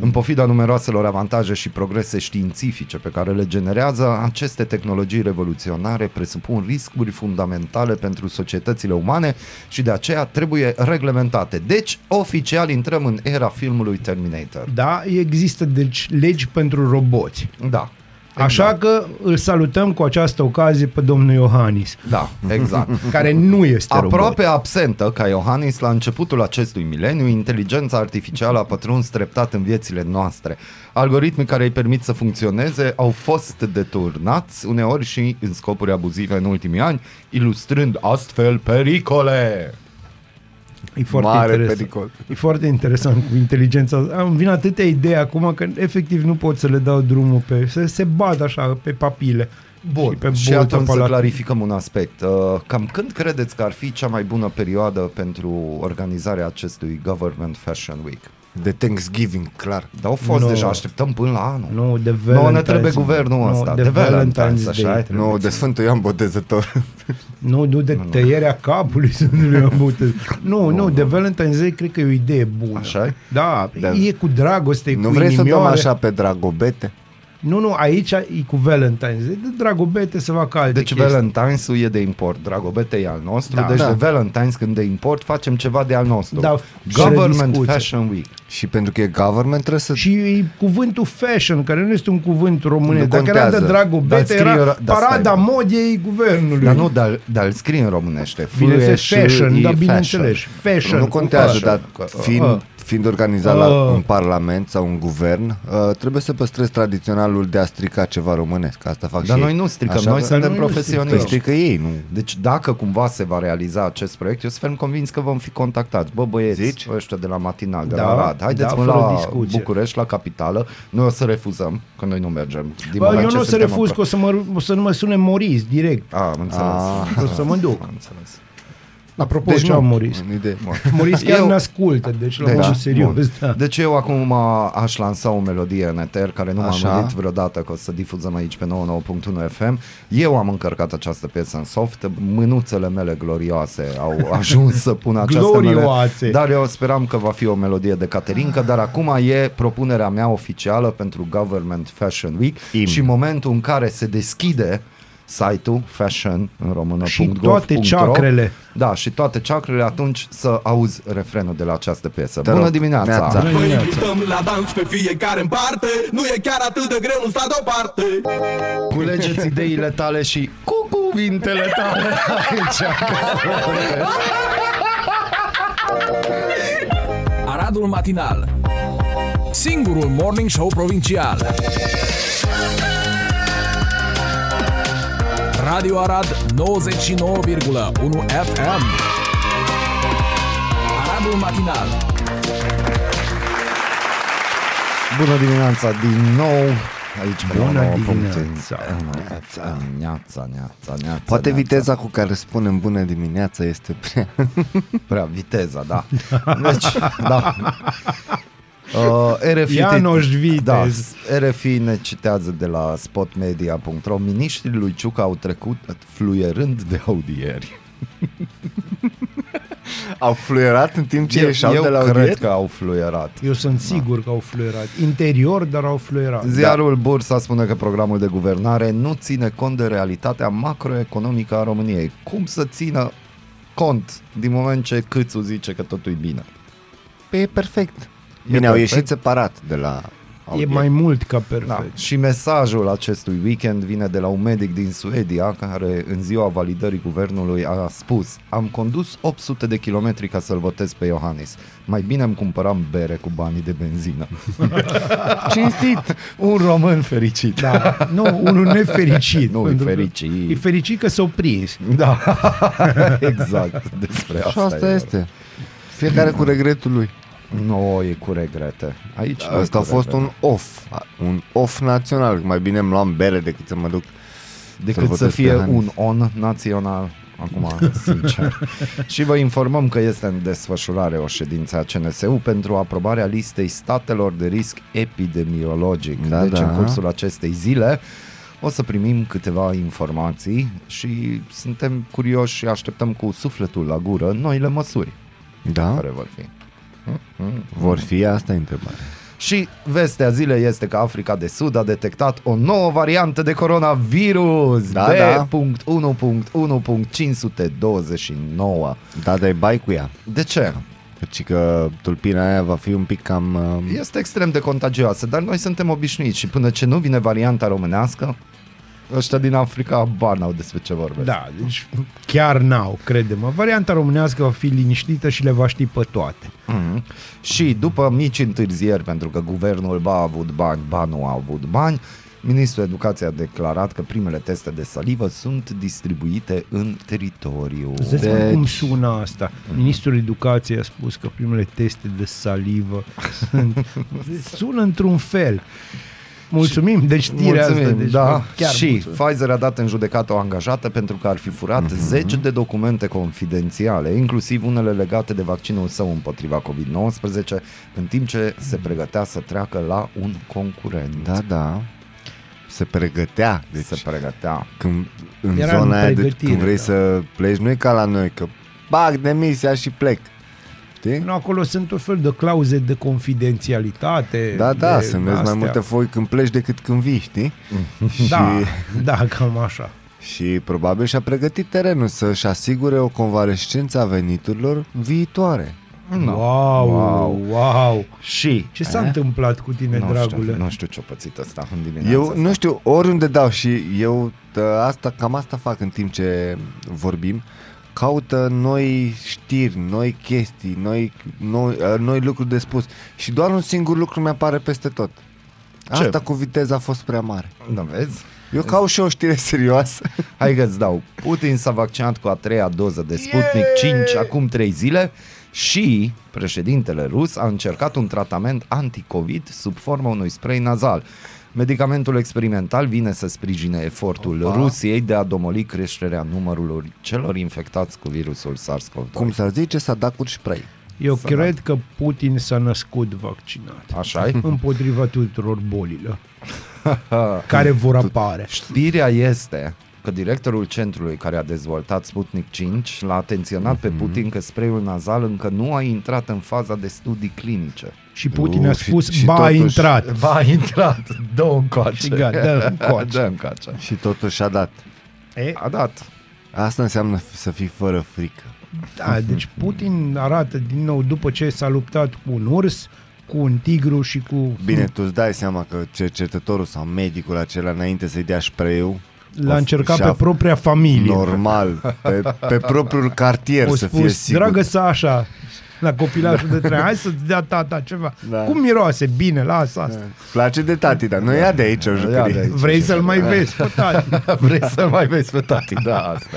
În pofida numeroaselor avantaje și progrese științifice pe care le generează, aceste tehnologii revoluționare presupun riscuri fundamentale pentru societățile umane și de aceea trebuie reglementate. Deci, oficial intrăm în era filmului Terminator.
Da, există deci legi pentru roboți.
Da.
Așa că îl salutăm cu această ocazie pe domnul Iohannis,
Da, exact.
care nu este robot.
Aproape absentă ca Iohannis la începutul acestui mileniu, inteligența artificială a pătruns treptat în viețile noastre. Algoritmii care îi permit să funcționeze au fost deturnați, uneori și în scopuri abuzive în ultimii ani, ilustrând astfel pericole.
E foarte
Mare
interesant.
pericol.
E foarte interesant cu inteligența. Am vin atâtea idei acum că efectiv nu pot să le dau drumul pe... Se, se bat așa pe papile.
Bun,
și pe
și
bolta
atunci să
palat-
clarificăm un aspect. Uh, Cam când credeți că ar fi cea mai bună perioadă pentru organizarea acestui Government Fashion Week?
De Thanksgiving, clar.
Dar au fost
Nu.
deja, așteptăm până la anul.
Nu, de
Nu,
Valentine's
ne trebuie guvernul
Nu,
ăsta.
de
De Valentine's,
Valentine's
așa
Day.
e.
Nu, de Sfântul Ioan
(laughs)
Botezător.
Nu, nu de tăierea capului (laughs) să nu le abutez. Nu, nu, de Valentine's Day cred că e o idee bună.
Așa e?
Da,
Da.
e cu dragoste, e
nu
cu
vrei să o dăm
inimioare.
așa pe dragobete?
Nu, nu, aici e cu Valentine's. De Dragobete să facă alte
Deci
chestii.
Valentine's-ul e de import, Dragobete e al nostru,
Da.
deci
Da.
de Valentine's când de import facem ceva de al nostru.
Da, și
Government
discuție.
Fashion Week.
Și pentru că e government trebuie să...
Și e cuvântul fashion, care nu este un cuvânt românesc.
Nu
Dacă era de
contează.
Dar
Dragobete,
scrie-
era
da, stai,
parada
mă.
modei guvernului.
Dar nu, dar, dar îl scrie în românește. F-
Bineînțeles,
E,
fashion,
și,
dar
e,
bineînțeles,
fashion.
fashion.
nu
cu
contează,
fashion.
dar
uh,
Ah.
fiind, fiind organizat la
Ah.
un parlament sau un guvern, uh, trebuie să păstrezi tradiționalul de a strica ceva românesc. Asta fac
Dar
și
noi
ei.
nu stricăm,
Așa
noi
că-
suntem
noi nu stricăm.
Păi
profesioniști.
strică ei, nu?
Deci dacă cumva se va realiza acest proiect, eu sunt ferm convins că vom fi contactați. Bă, băieți,
Zici?
ăștia de la matinal, de
Da,
la Arad, haideți
da,
mă
fără
la
discuție.
București, la capitală. Noi o să refuzăm, că noi nu mergem. Din
Bă,
moment
eu
ce
nu o să
suntem
refuz
apro-
că o să, mă, o să nu mă sune Moris direct.
A, (laughs) am înțeles.
Ah.
O să mă duc.
Am înțeles.
Apropo, deci ce
nu.
am Moris?
În idee.
Moris chiar
Eu-
ne ascultă, deci la
Deci,
modul
da,
serios.
bun.
Da.
Deci eu acum a, aș lansa o melodie în eter care nu m-am
Așa.
gândit vreodată că o să difuzăm aici pe 99.1 FM. Eu am încărcat această piesă în soft, mânuțele mele glorioase
(laughs)
au ajuns să pun această
Glorioase.
melodie. Dar eu speram că va fi o melodie de Caterinca, dar acum e propunerea mea oficială pentru Government Fashion Week
Im.
și momentul în care se deschide site-ul fashion în română
Și toate ceacrele.
da, și toate ceacrele atunci să auzi refrenul de la această piesă.
Te
Bună
rog.
dimineața!
Neața.
Vă invităm la dans pe fiecare în parte Nu e chiar atât de greu, nu sta deoparte
Culegeți ideile tale și cu cuvintele tale aici.
Aradul Matinal Singurul Morning Show Provincial Radio Arad 99,1 FM Aradul Matinal
Bună dimineața din nou! Aici pe
Bună
la nouă puncte.
dimineața.
Neața, neața, neața, neața,
Poate
neața.
viteza cu care spunem bună dimineața este prea...
Păi Prea viteza, da. Deci, da. Uh, RFI, te-
Ianoș Vitez.
Da, RFI ne citează de la spotmedia.ro Miniștrii lui Ciucă au trecut fluierând de audieri
Au fluierat în timp ce
Eu-
ieșeau
Eu
de la
cred
audier?
că au fluierat
Eu sunt sigur că au fluierat. Interior, dar au fluierat.
Ziarul da. Bursa spune că programul de guvernare nu ține cont de realitatea macroeconomică a României. Cum să țină cont din moment ce Câțu zice că totul e bine?
Păi e perfect. Bine,
perfect.
au ieșit separat de la
E
audier.
mai mult ca
Da.
perfect.
Și mesajul acestui weekend vine de la un medic din Suedia care în ziua validării guvernului a spus Am condus 800 de kilometri ca să-l votez pe Iohannis. Mai bine îmi cumpăram bere cu banii de benzină.
Cinstit.
un român fericit.
Da. Nu, unul nefericit.
Nu, e
pentru că
fericit.
E fericit că s-au prins.
Da, (laughs) exact. Despre asta,
Și asta
e
este. Fiecare cu regretul lui.
Nu, e cu regrete. Aici nu e
Asta a
cu
fost
regrete.
un
da.
off, un off național. Mai bine îmi luam bere decât să mă duc.
Decât să
votez pe
fie
Hannes.
un on național, acum,
(laughs)
sincer. și vă informăm că este în desfășurare o ședință a CNSU pentru aprobarea listei statelor de risc epidemiologic.
Da,
deci
da.
în cursul acestei zile o să primim câteva informații și suntem curioși și așteptăm cu sufletul la gură noile măsuri
Da?
care vor fi.
Vor fi asta e întrebarea.
Și vestea zilei este că Africa de Sud a detectat o nouă variantă de coronavirus
Da,
B.1.1.529
Da, dar e bai cu ea.
De ce?
Ci că tulpina aia va fi un pic cam... um,
Este extrem de contagioasă, dar noi suntem obișnuiți și până ce nu vine varianta românească, ăștia din Africa abar n-au despre ce vorbesc.
Da, deci chiar n-au, credem. Varianta românească va fi liniștită și le va ști pe toate.
Mhm. Și după mici întârzieri, pentru că guvernul ba a avut bani, ba nu a avut bani, Ministrul Educației a declarat că primele teste de salivă sunt distribuite în teritoriu.
Vedeți deci...
Deci-
cum sună asta. Ministrul Educației a spus că primele teste de salivă (laughs) sunt... sună într-un fel. Mulțumim de știrea asta. Deci
da.
chiar
și
mulțumim. Mhm.
Pfizer a dat în judecată o angajată pentru că ar fi furat zeci de documente confidențiale, inclusiv unele legate de vaccinul său împotriva COVID-19, în timp ce se pregătea să treacă la un concurent.
Da, da. Se pregătea. Deci
Se pregătea.
când, în
Era în
zona aia deci, de,
pregătire,
când vrei
da.
da. să pleci, nu e ca la noi, că bag demisia și plec. Știi?
Nu, acolo sunt tot fel de clauze de confidențialitate.
Da, da,
de
să vezi mai
astea.
multe foi când pleci decât când vii,
(laughs)
știi?
Da,
Și-
da, cam așa.
Și probabil și-a pregătit terenul să-și asigure o convalescență a veniturilor viitoare.
No. Wow, wow,
Wow.
wow.
Și...
Ce s-a întâmplat cu tine,
Nu
dragule?
știu, nu știu ce-o pățit ăsta în dimineața
Eu
asta.
nu știu, oriunde dau și eu tă, asta, cam asta fac în timp ce vorbim, caută noi știri, noi chestii, noi, noi, uh, noi lucruri de spus și doar un singur lucru mi-apare peste tot.
Ce?
Asta cu viteza a fost prea mare.
Da, vezi?
Eu caut și o știre serioasă.
Hai că îți dau. Putin s-a vaccinat cu a treia doză de Sputnik 5 acum 3 zile și președintele rus a încercat un tratament anticovid sub forma unui spray nazal. Medicamentul experimental vine să sprijine efortul Opa.
Opa.
Rusiei de a domoli creșterea numărului celor infectați cu virusul SARS-CoV-2.
Cum s-ar zice, s-a dat cu spray.
Eu
Să
cred că Putin s-a născut vaccinat.
Așa e?
(laughs) Împotriva tuturor
(laughs)
bolilor care vor apare.
Știrea este că directorul centrului care a dezvoltat Sputnik 5 l-a atenționat pe Putin că sprayul nazal încă nu a intrat în faza de studii clinice.
Și Putin
Uh,
a
și-
spus,
și
ba, a
totuși-
(laughs)
intrat.
Ba, a intrat, dă un coace.
Și gata,
(laughs)
dă-l încoace.
dă coace.
Și totuși a dat.
E,
A dat.
Asta înseamnă f- să fii fără frică.
da, deci Putin arată din nou, după ce s-a luptat cu un urs, cu un tigru și cu...
Bine, tu îți dai seama că cercetătorul sau medicul acela înainte să-i dea spray
L-a încercat
și-a-
pe propria familie.
Normal, pe, pe propriul cartier
O
să fie
spus,
sigur.
dragă Sașa, la copilașul de trei, hai să-ți dea tata ceva.
Da.
Cum miroase? Bine, lasă asta.
Place de tati, dar nu ia de aici o
Ia de
jucărie.
aici.
Vrei să-l mai vezi, pe tati?
(laughs)
Vrei să mai vezi pe tati, da, asta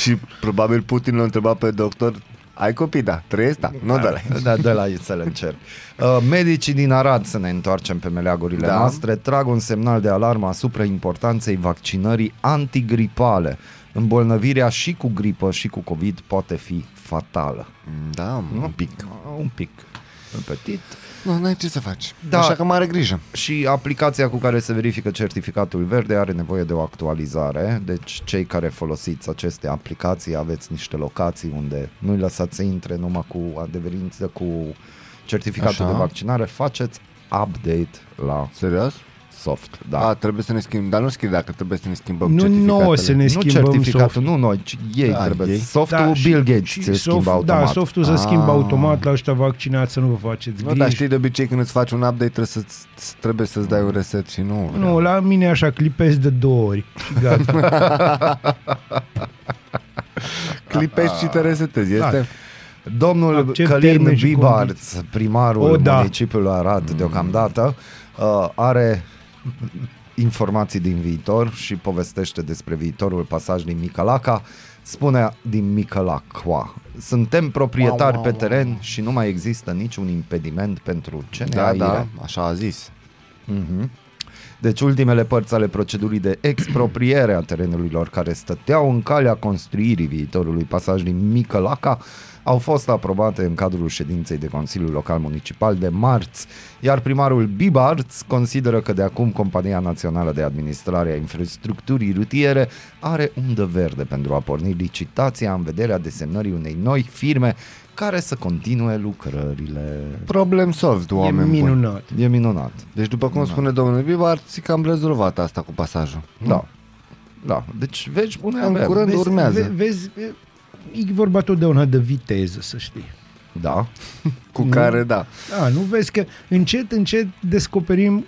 Și probabil Putin l-a întrebat pe doctor, ai copii, da, trăiesc, da, nu da.
Da, de la să în cer. Uh, Medicii din Arad, să ne întoarcem pe meleagurile
Da.
noastre, trag un semnal de alarmă asupra importanței vaccinării antigripale. Îmbolnăvirea și cu gripă și cu COVID poate fi fatală.
Da, un pic.
Uh, Un pic. Un petit.
Nu, n-ai ce să faci.
Da.
Da. Așa că mare grijă.
Și aplicația cu care se verifică certificatul verde are nevoie de o actualizare, deci cei care folosiți aceste aplicații aveți niște locații unde nu-i lăsați să intre numai cu adeverință, cu certificatul Așa.
Așa.
de vaccinare, faceți update la
Serios?
soft.
Da.
Da.
A, trebuie să ne schimbăm, dar nu scrie dacă trebuie să ne schimbăm
Nu nouă să ne
nu
schimbăm
certificatul,
soft.
nu noi, ci ei
Da,
trebuie.
ei.
Softul da, Bill Gates
și
ți-l schimbă automat.
Da, softul se
Ah.
schimbă automat la ăștia vaccinați, să nu vă faceți
Nu,
griji.
dar știi de obicei când îți faci un update trebuie, să trebuie să-ți dai un reset și nu.
Nu, la mine așa clipez de două ori și gata.
Clipești și te resetezi, este?
Da.
Domnul
Accept
Călin
termeni și
Bibarț, primarul
O,
o,
da.
da. municipiului Arad deocamdată, uh, are informații din viitor și povestește despre viitorul pasaj din Micalaca. Spune din Micalacua. Suntem proprietari
Wow,
pe
wow,
teren și nu mai există niciun impediment pentru
Da,
CNAIR.
da, așa a zis.
Deci ultimele părți ale procedurii de expropriere a terenurilor care stăteau în calea construirii viitorului pasaj din Micălaca au fost aprobate în cadrul ședinței de Consiliul Local Municipal de marți, iar primarul Bibarț consideră că de acum Compania Națională de Administrare a Infrastructurii Rutiere are undă verde pentru a porni licitația în vederea desemnării unei noi firme care să continue lucrările.
Problem solved, (laughs)
e
oameni buni.
minunat.
E minunat.
Deci după cum spune domnul Bibar, ți că am rezolvat asta cu pasajul.
Da. Da, deci veci bune
În
avem.
curând urmează.
Vezi, vezi, e vorba totdeauna de viteză, să știi.
Da.
Cu care, da.
Da, nu vezi că încet, încet descoperim,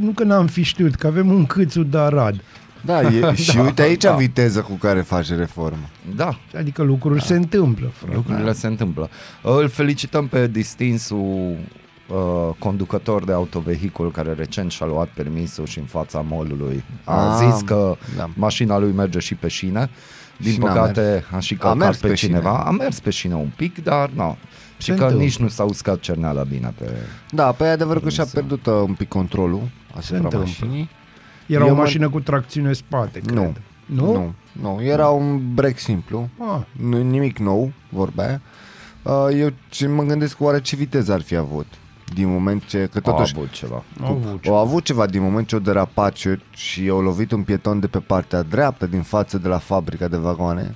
nu că n-am fi știut, că avem un câțu de arad.
Da, e, (laughs) da și uite aici
da.
da. viteza cu care faci reformă.
Da,
Adică lucruri se întâmplă, frate.
lucrurile da. se întâmplă. Îl felicităm pe distinsul uh, conducător de autovehicul care recent și-a luat permisul și în fața molului a
Ah,
zis că
da.
mașina lui merge și pe șine. Din
Și n-a
păcate a și călcat
mers
pe,
pe șine.
cineva. A mers pe șine un pic, dar nu. Și că
întâmplă.
nici nu s-a uscat cerneala bine pe...
Da, pe adevăr că și-a pierdut uh, un pic controlul asupra
întâmplă.
mașinii.
Era
Eu
o
mă-
mașină cu tracțiune spate, cred.
Nu.
Nu?
Nu, nu, era un break simplu,
Ah,
nu, nimic nou, vorba aia. Uh, Eu ce mă gândesc oare ce viteză ar fi avut din moment ce, că totuși
A avut ceva.
nu au avut.
Au avut ceva din moment ce o derapat și, și au lovit un pieton de pe partea dreaptă din față de la fabrica de vagoane,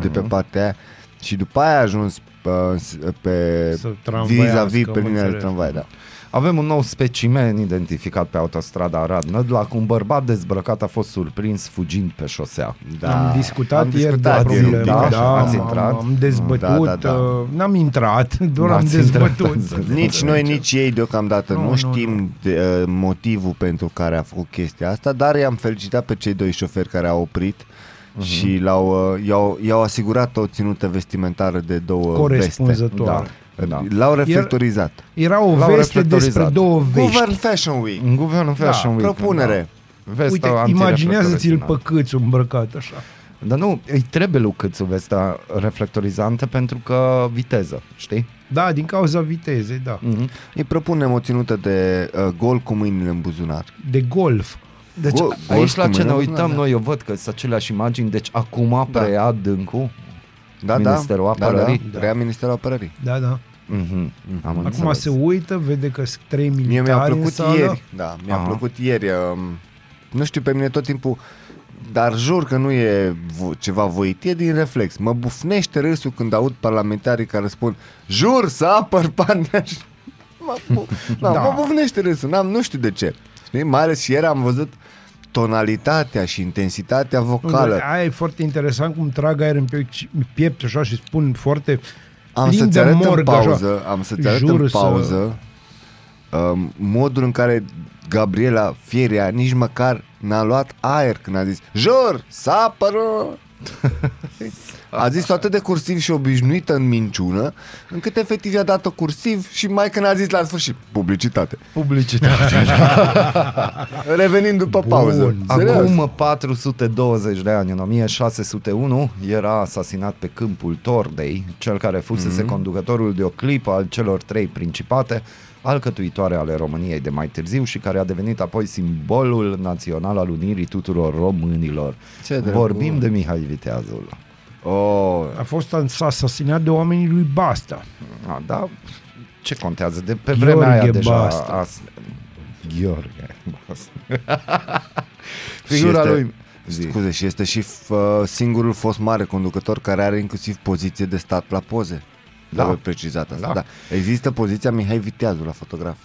de pe partea aia. și după aia a ajuns uh, pe
Să tramvaiască,
vis-a-vis
am
pe linia de
înțeles.
tramvai, da.
Avem un nou specimen identificat pe autostrada Arad-Nădlac. Un bărbat dezbrăcat a fost surprins fugind pe șosea.
Da, am discutat,
am
ieri de
discutat
la
ieri un
problemă.
pic,
Da,
așa,
da,
ați
am,
intrat?
am, am dezbătut,
Da, da, da.
uh, n-am intrat, (laughs) doar am
N-ați intrat,
dezbătut.
ați intrat.
Nici
(laughs)
noi, nici ei deocamdată
Nu,
nu,
nu,
nu știm
nu.
De, uh, motivul pentru care a făcut chestia asta, dar i-am felicitat pe cei doi șoferi care au oprit
Mhm.
uh-huh. și l-au, uh, i-au, i-au asigurat o ținută vestimentară de două
Corespunzătoare.
veste. da.
Da.
L-au reflectorizat.
Era o
L-au
veste despre
reflectorizat.
două vești.
Guvern Fashion Week.
În guvernul Fashion Week.
Propunere.
Da. Vesta
Uite,
antireflectoare
imaginează-ți-l
originală.
pe câțu îmbrăcat așa.
Dar nu, îi trebuie lui Câțu vesta reflectorizantă pentru că viteză, știi?
Da, din cauza vitezei, da.
Mm. Îi propunem o ținută de uh, gol cu mâinile în buzunar.
De golf.
Deci
Gol-
aici
golf
la
cu
ce ne
mâna,
uităm
da.
noi, eu văd că sunt aceleași imagini, deci acum
Da.
preia dâncul.
Da,
Ministerul
da, da, da,
Apărării.
da. Rea Ministerul Apărării.
Da, da.
Mhm, Am
Acum
înțeles.
se uită, vede că sunt trei
Mie
militari
mi-a
în
plăcut
sală.
ieri. Da, mi-a
Aha.
plăcut ieri. Um, nu știu, pe mine tot timpul dar jur că nu e vo- ceva voit, e din reflex. Mă bufnește râsul când aud parlamentarii care spun jur să apăr Paneș. (laughs) Mă, bu- da.
Da.
mă bufnește râsul, N-am, nu știu de ce. Știi? Mai ales și ieri am văzut tonalitatea și intensitatea
Nu,
vocală.
dar Aia e foarte interesant cum trag aer în piept- piept așa și spun foarte
Am
plin
să-ți
de
arăt în
morgă, așa.
pauză, am să-ți arăt
Jur
în
să-
pauză um, modul în care Gabriela Fierea nici măcar n-a luat aer când a zis Jur, să apără! A zis atât de cursiv și obișnuită în minciună, încât efectiv i-a dat-o cursiv și mai când a zis la sfârșit publicitate.
publicitate.
(laughs) Revenind după pauză. Serios.
Acum 420 de ani, în 1601, era asasinat pe câmpul Tordei, cel care fusese
Mhm.
mm-hmm. conducătorul de o clipă al celor trei principate, alcătuitoare ale României de mai târziu și care a devenit apoi simbolul național al unirii tuturor românilor.
Ce drăguț.
Vorbim de Mihai Viteazul.
Oh,
A fost ans- asasinat de oamenii lui Basta.
A, da, ce contează? De pe
Gheorghe
vremea aia deja...
Basta.
As... Gheorghe Basta. (laughs)
Și
Figura
este-
lui... Zi.
Scuze, și este și f- uh, singurul fost mare conducător care are inclusiv poziție de stat la poze.
Da.
Da. precizat asta,
Da.
da. da. Există poziția Mihai Viteazu la fotograf.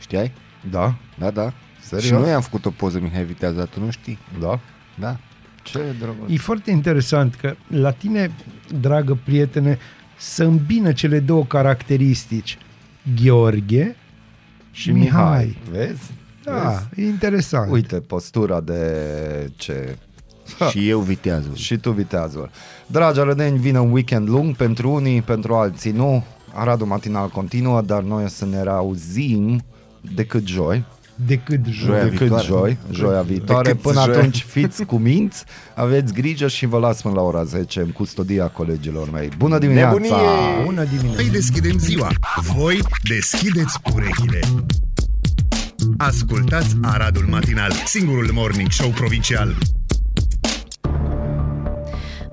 Știai?
Da,
Da, da.
Serios?
Și noi am făcut o poză Mihai Viteazu, dar tu nu știi.
da.
Da.
Ce drăguț.
E foarte interesant că la tine, dragă prietene, să îmbină cele două caracteristici, Gheorghe și Mihai. Mihai.
Vezi?
Da, e interesant.
Uite postura de ce... Ha.
Și eu Viteazu.
Și tu viteazul. Dragi arădeni, vine un weekend lung pentru unii, pentru alții nu. Aradul matinal continuă, dar noi o să ne reauzim decât joi,
Decât
Joia
joi.
decât
viitoare.
joi, joia viitoare.
Decât
Până
joi.
atunci fiți cuminți, aveți grijă și vă las până la ora 10 în custodia colegilor mei. Bună dimineața!
Nebunie!
Bună dimineața!
Noi deschidem ziua. Voi deschideți urechile. Ascultați Aradul Matinal, singurul morning show provincial.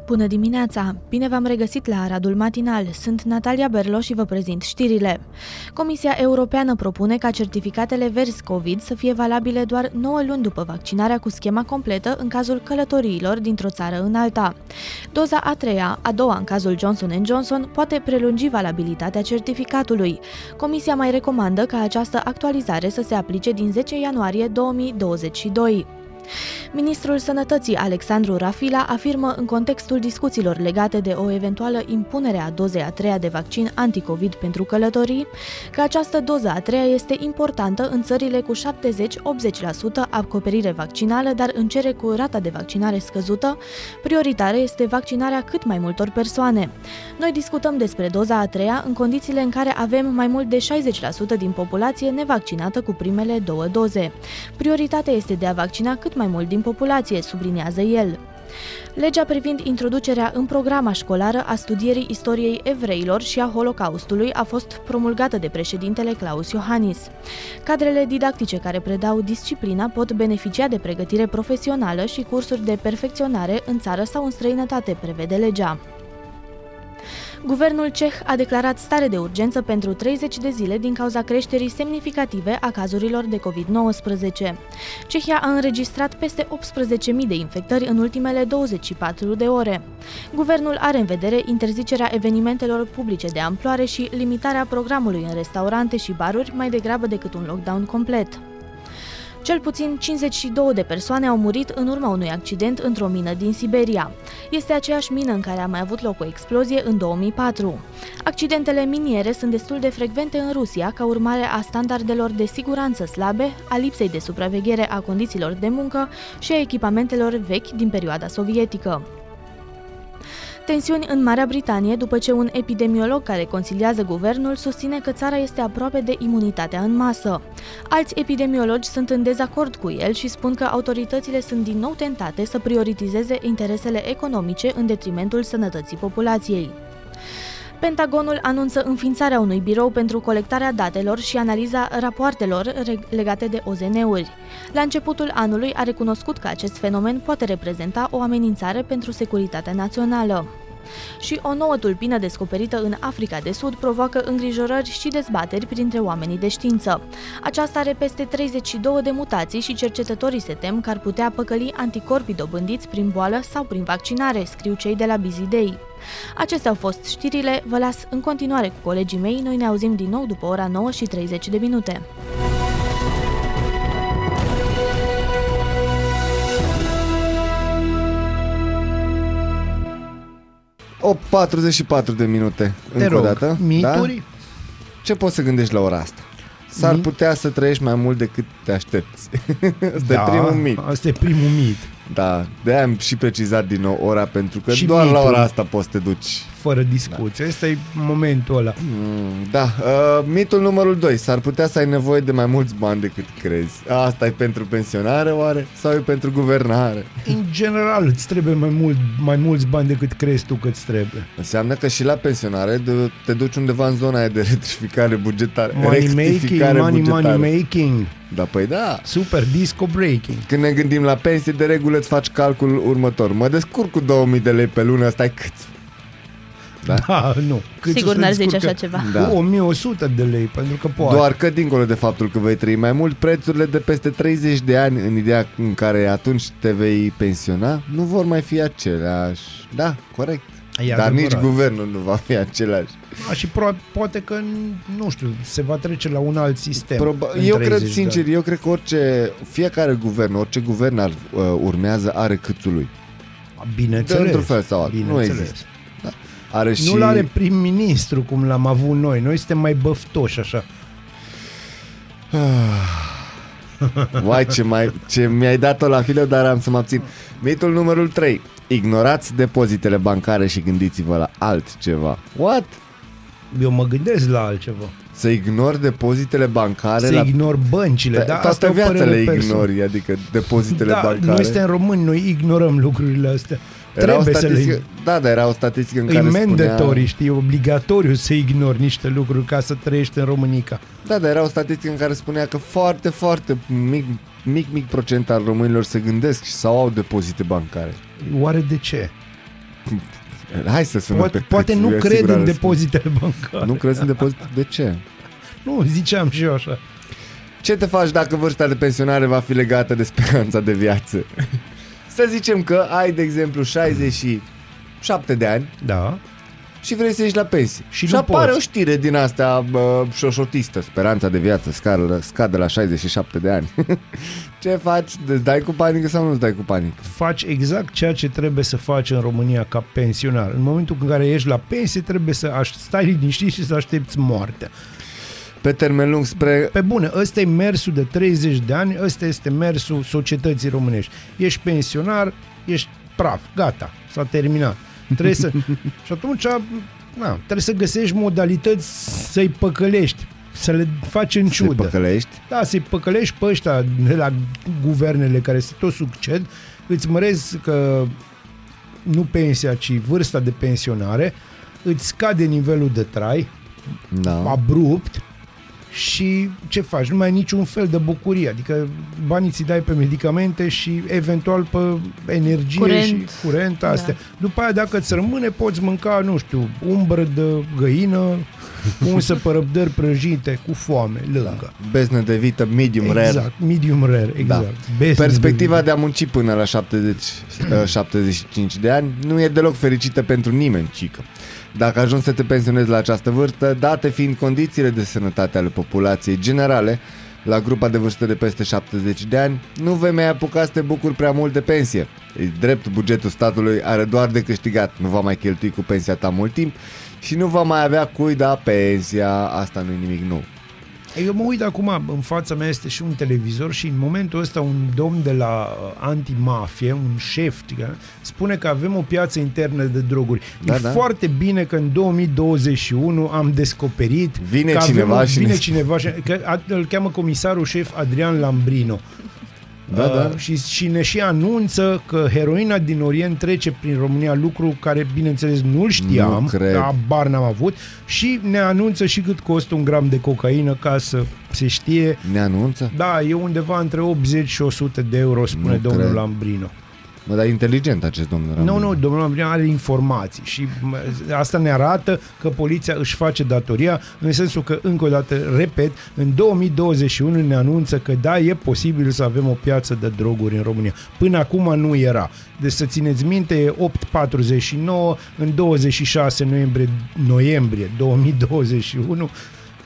Bună dimineața! Bine v-am regăsit la Aradul Matinal. Sunt Natalia Berlo și vă prezint știrile. Comisia Europeană propune ca certificatele verzi COVID să fie valabile doar 9 luni după vaccinarea cu schema completă în cazul călătoriilor dintr-o țară în alta. Doza a treia, a doua în cazul Johnson Johnson, poate prelungi valabilitatea certificatului. Comisia mai recomandă ca această actualizare să se aplice din 10 ianuarie 2022. Ministrul Sănătății Alexandru Rafila afirmă în contextul discuțiilor legate de o eventuală impunere a dozei a treia de vaccin anticovid pentru călătorii că această doză a treia este importantă în țările cu 70-80% acoperire vaccinală, dar în cele cu rata de vaccinare scăzută, prioritară este vaccinarea cât mai multor persoane. Noi discutăm despre doza a treia în condițiile în care avem mai mult de 60% din populație nevaccinată cu primele două doze. Prioritatea este de a vaccina cât mai mult din populație, subliniază el. Legea privind introducerea în programa școlară a studierii istoriei evreilor și a Holocaustului a fost promulgată de președintele Claus Iohannis. Cadrele didactice care predau disciplina pot beneficia de pregătire profesională și cursuri de perfecționare în țară sau în străinătate, prevede legea. Guvernul ceh a declarat stare de urgență pentru 30 de zile din cauza creșterii semnificative a cazurilor de COVID-19. Cehia a înregistrat peste 18.000 de infectări în ultimele 24 de ore. Guvernul are în vedere interzicerea evenimentelor publice de amploare și limitarea programului în restaurante și baruri mai degrabă decât un lockdown complet. Cel puțin 52 de persoane au murit în urma unui accident într-o mină din Siberia. Este aceeași mină în care a mai avut loc o explozie în 2004. Accidentele miniere sunt destul de frecvente în Rusia ca urmare a standardelor de siguranță slabe, a lipsei de supraveghere a condițiilor de muncă și a echipamentelor vechi din perioada sovietică. Tensiuni în Marea Britanie după ce un epidemiolog care consiliază guvernul susține că țara este aproape de imunitatea în masă. Alți epidemiologi sunt în dezacord cu el și spun că autoritățile sunt din nou tentate să prioritizeze interesele economice în detrimentul sănătății populației. Pentagonul anunță înființarea unui birou pentru colectarea datelor și analiza rapoartelor reg- legate de OZN-uri. La începutul anului a recunoscut că acest fenomen poate reprezenta o amenințare pentru securitatea națională. Și o nouă tulpină descoperită în Africa de Sud provoacă îngrijorări și dezbateri printre oamenii de știință. Aceasta are peste 32 de mutații și cercetătorii se tem că ar putea păcăli anticorpii dobândiți prin boală sau prin vaccinare, scriu cei de la Bizidei. Acestea au fost știrile, vă las în continuare cu colegii mei, noi ne auzim din nou după ora 9 și 30 de minute.
O 44 de minute
Te
încă
rog,
o dată. Da?
mituri?
Ce poți să gândești la ora asta? S-ar
Mi-
putea să trăiești mai mult decât te aștepți. (laughs) Asta e primul mit.
Da. Asta e primul mit.
Da, de am și precizat din nou ora pentru că
Și
doar la
mitul.
ora asta poți să te duci.
Fără discuție. Asta e momentul ăla.
Mm, Da, uh, mitul numărul 2. S-ar putea să ai nevoie de mai mulți bani decât crezi. Asta e pentru pensionare oare? Sau e pentru guvernare?
În general, îți trebuie mai, mult, mai mulți bani decât crezi tu că îți trebuie.
Înseamnă că și la pensionare de- te duci undeva în zona aia de rectificare bugetară.
Money making,
rectificare
money,
bugetară.
money making.
Da, păi da.
Super disco breaking.
Când ne gândim la pensie, de regulă îți faci calculul următor. Mă descurc cu 2000 de lei pe lună, asta e cât?
Da, nu. Cât
Sigur
o să
n-ar
îți
zice
curcă?
așa ceva.
Da.
Da. 1100 de lei, pentru că poate.
Doar că, dincolo de faptul că vei trăi mai mult, prețurile de peste 30 de ani, în ideea în care atunci te vei pensiona, nu vor mai fi aceleași. Da, corect.
E
Dar
adevărat.
nici guvernul nu va fi același.
A, și pro- poate că, nu știu, se va trece la un alt sistem.
Proba-
în
eu
30
cred,
de
sincer,
ani.
eu cred că orice, fiecare guvern, orice guvern ar, uh, urmează are câțul lui.
Bineînțeles.
de într-un fel sau altul. Nu
bineînțeles.
există. Are și...
Nu l-are prim-ministru cum l-am avut noi. Noi suntem mai băftoși așa.
Uai, ce, mai, ce mi-ai dat-o la filă, dar am să mă abțin. Mitul numărul 3. Ignorați depozitele bancare și gândiți-vă la altceva. What?
Eu mă gândesc la altceva.
Să ignori depozitele bancare
Să
la...
ignor băncile, da? Asta
Toată
e o
viața
părere
le
perso-
ignori, adică depozitele
da,
bancare.
noi suntem români, noi ignorăm lucrurile astea.
Era o
Trebuie să
statistică...
le
Da, dar era o statistică în
E
care
mandatory,
spunea...
știi, e obligatoriu să ignori niște lucruri ca să trăiești în Românica.
Da, dar era o statistică în care spunea că foarte, foarte mic, mic, mic procent al românilor se gândesc și sau au depozite bancare.
Oare de ce?
Hai să sunăm
Poate,
pe
poate
câți,
nu
eu
cred
sigur
în
ar
depozitele (laughs) bancare.
răspunde. Nu crezi în depozite? De ce?
Nu, ziceam și eu așa.
Ce te faci dacă vârsta de pensionare va fi legată de speranța de viață? Să zicem că ai, de exemplu, 67 de ani
Da.
și vrei să ieși la pensie.
Și
și
nu
apare
poți.
o știre din asta bă, șoșotistă, speranța de viață scade, scade la 67 de ani. (laughs) Ce faci? Îți dai cu panică sau nu îți dai cu panică?
Faci exact ceea ce trebuie să faci în România ca pensionar. În momentul în care ești la pensie, trebuie să aș- stai liniștit și să aștepți moartea.
Pe termen lung spre...
Pe bune, ăsta e mersul de 30 de ani, ăsta este mersul societății românești. Ești pensionar, ești praf, gata, s-a terminat. Trebuie să... și atunci, na, trebuie să găsești modalități să-i păcălești, să le faci în
Te
ciudă.
păcălești?
Da, să-i păcălești pe ăștia de la guvernele care se tot succed, îți mărezi că nu pensia, ci vârsta de pensionare, îți scade nivelul de trai
Da.
abrupt și ce faci? Nu mai ai niciun fel de bucurie, adică banii ți dai pe medicamente și eventual pe energie
Curent.
și curent, astea. Da. După aia, dacă îți rămâne, poți mânca, nu șcu, umbră de găină, unsă părăbdări prăjite, cu foame, lângă.
Beznă de vită medium
exact,
rare.
medium rare,
Da.
exact. Best
Perspectiva de a munci până la 70, uh, 75 de ani nu e deloc fericită pentru nimeni, cică. Dacă ajungi să te pensionezi la această vârstă, date fiind condițiile de sănătate ale populației generale, la grupa de vârstă de peste 70 de ani, nu vei mai apuca să te bucuri prea mult de pensie. E drept, bugetul statului are doar de câștigat, nu va mai cheltui cu pensia ta mult timp și nu va mai avea cui da pensia, asta nu e nimic nou.
Eu mă uit acum, în fața mea este și un televizor și în momentul ăsta un domn de la uh, antimafie, un șef, știi, spune că avem o piață internă de droguri.
Da,
e
da.
foarte bine că în 2021 am descoperit
Vine
că
cineva
avem,
și ne
vine
spune.
cineva și că a- îl cheamă comisarul șef Adrian Lambrino.
Da,
Uh,
da.
Și, și ne și anunță că heroina din Orient trece prin România, lucru care, bineînțeles, nu-l știam,
Nu cred.
bar n-am avut, și ne anunță și cât costă un gram de cocaină ca să se știe.
Ne anunță?
Da, e undeva între 80 și 100 de euro, spune
Nu
nu domnul
cred.
Lambrino.
Mă, dar e inteligent acest domn.
Nu,
Ramon.
nu, domnul Lambrino are informații și mă, asta ne arată că poliția își face datoria, în sensul că, încă o dată, repet, în 2021 ne anunță că da, e posibil să avem o piață de droguri în România. Până acum nu era. Deci să țineți minte, e 8.49, în 26 noiembrie, noiembrie 2021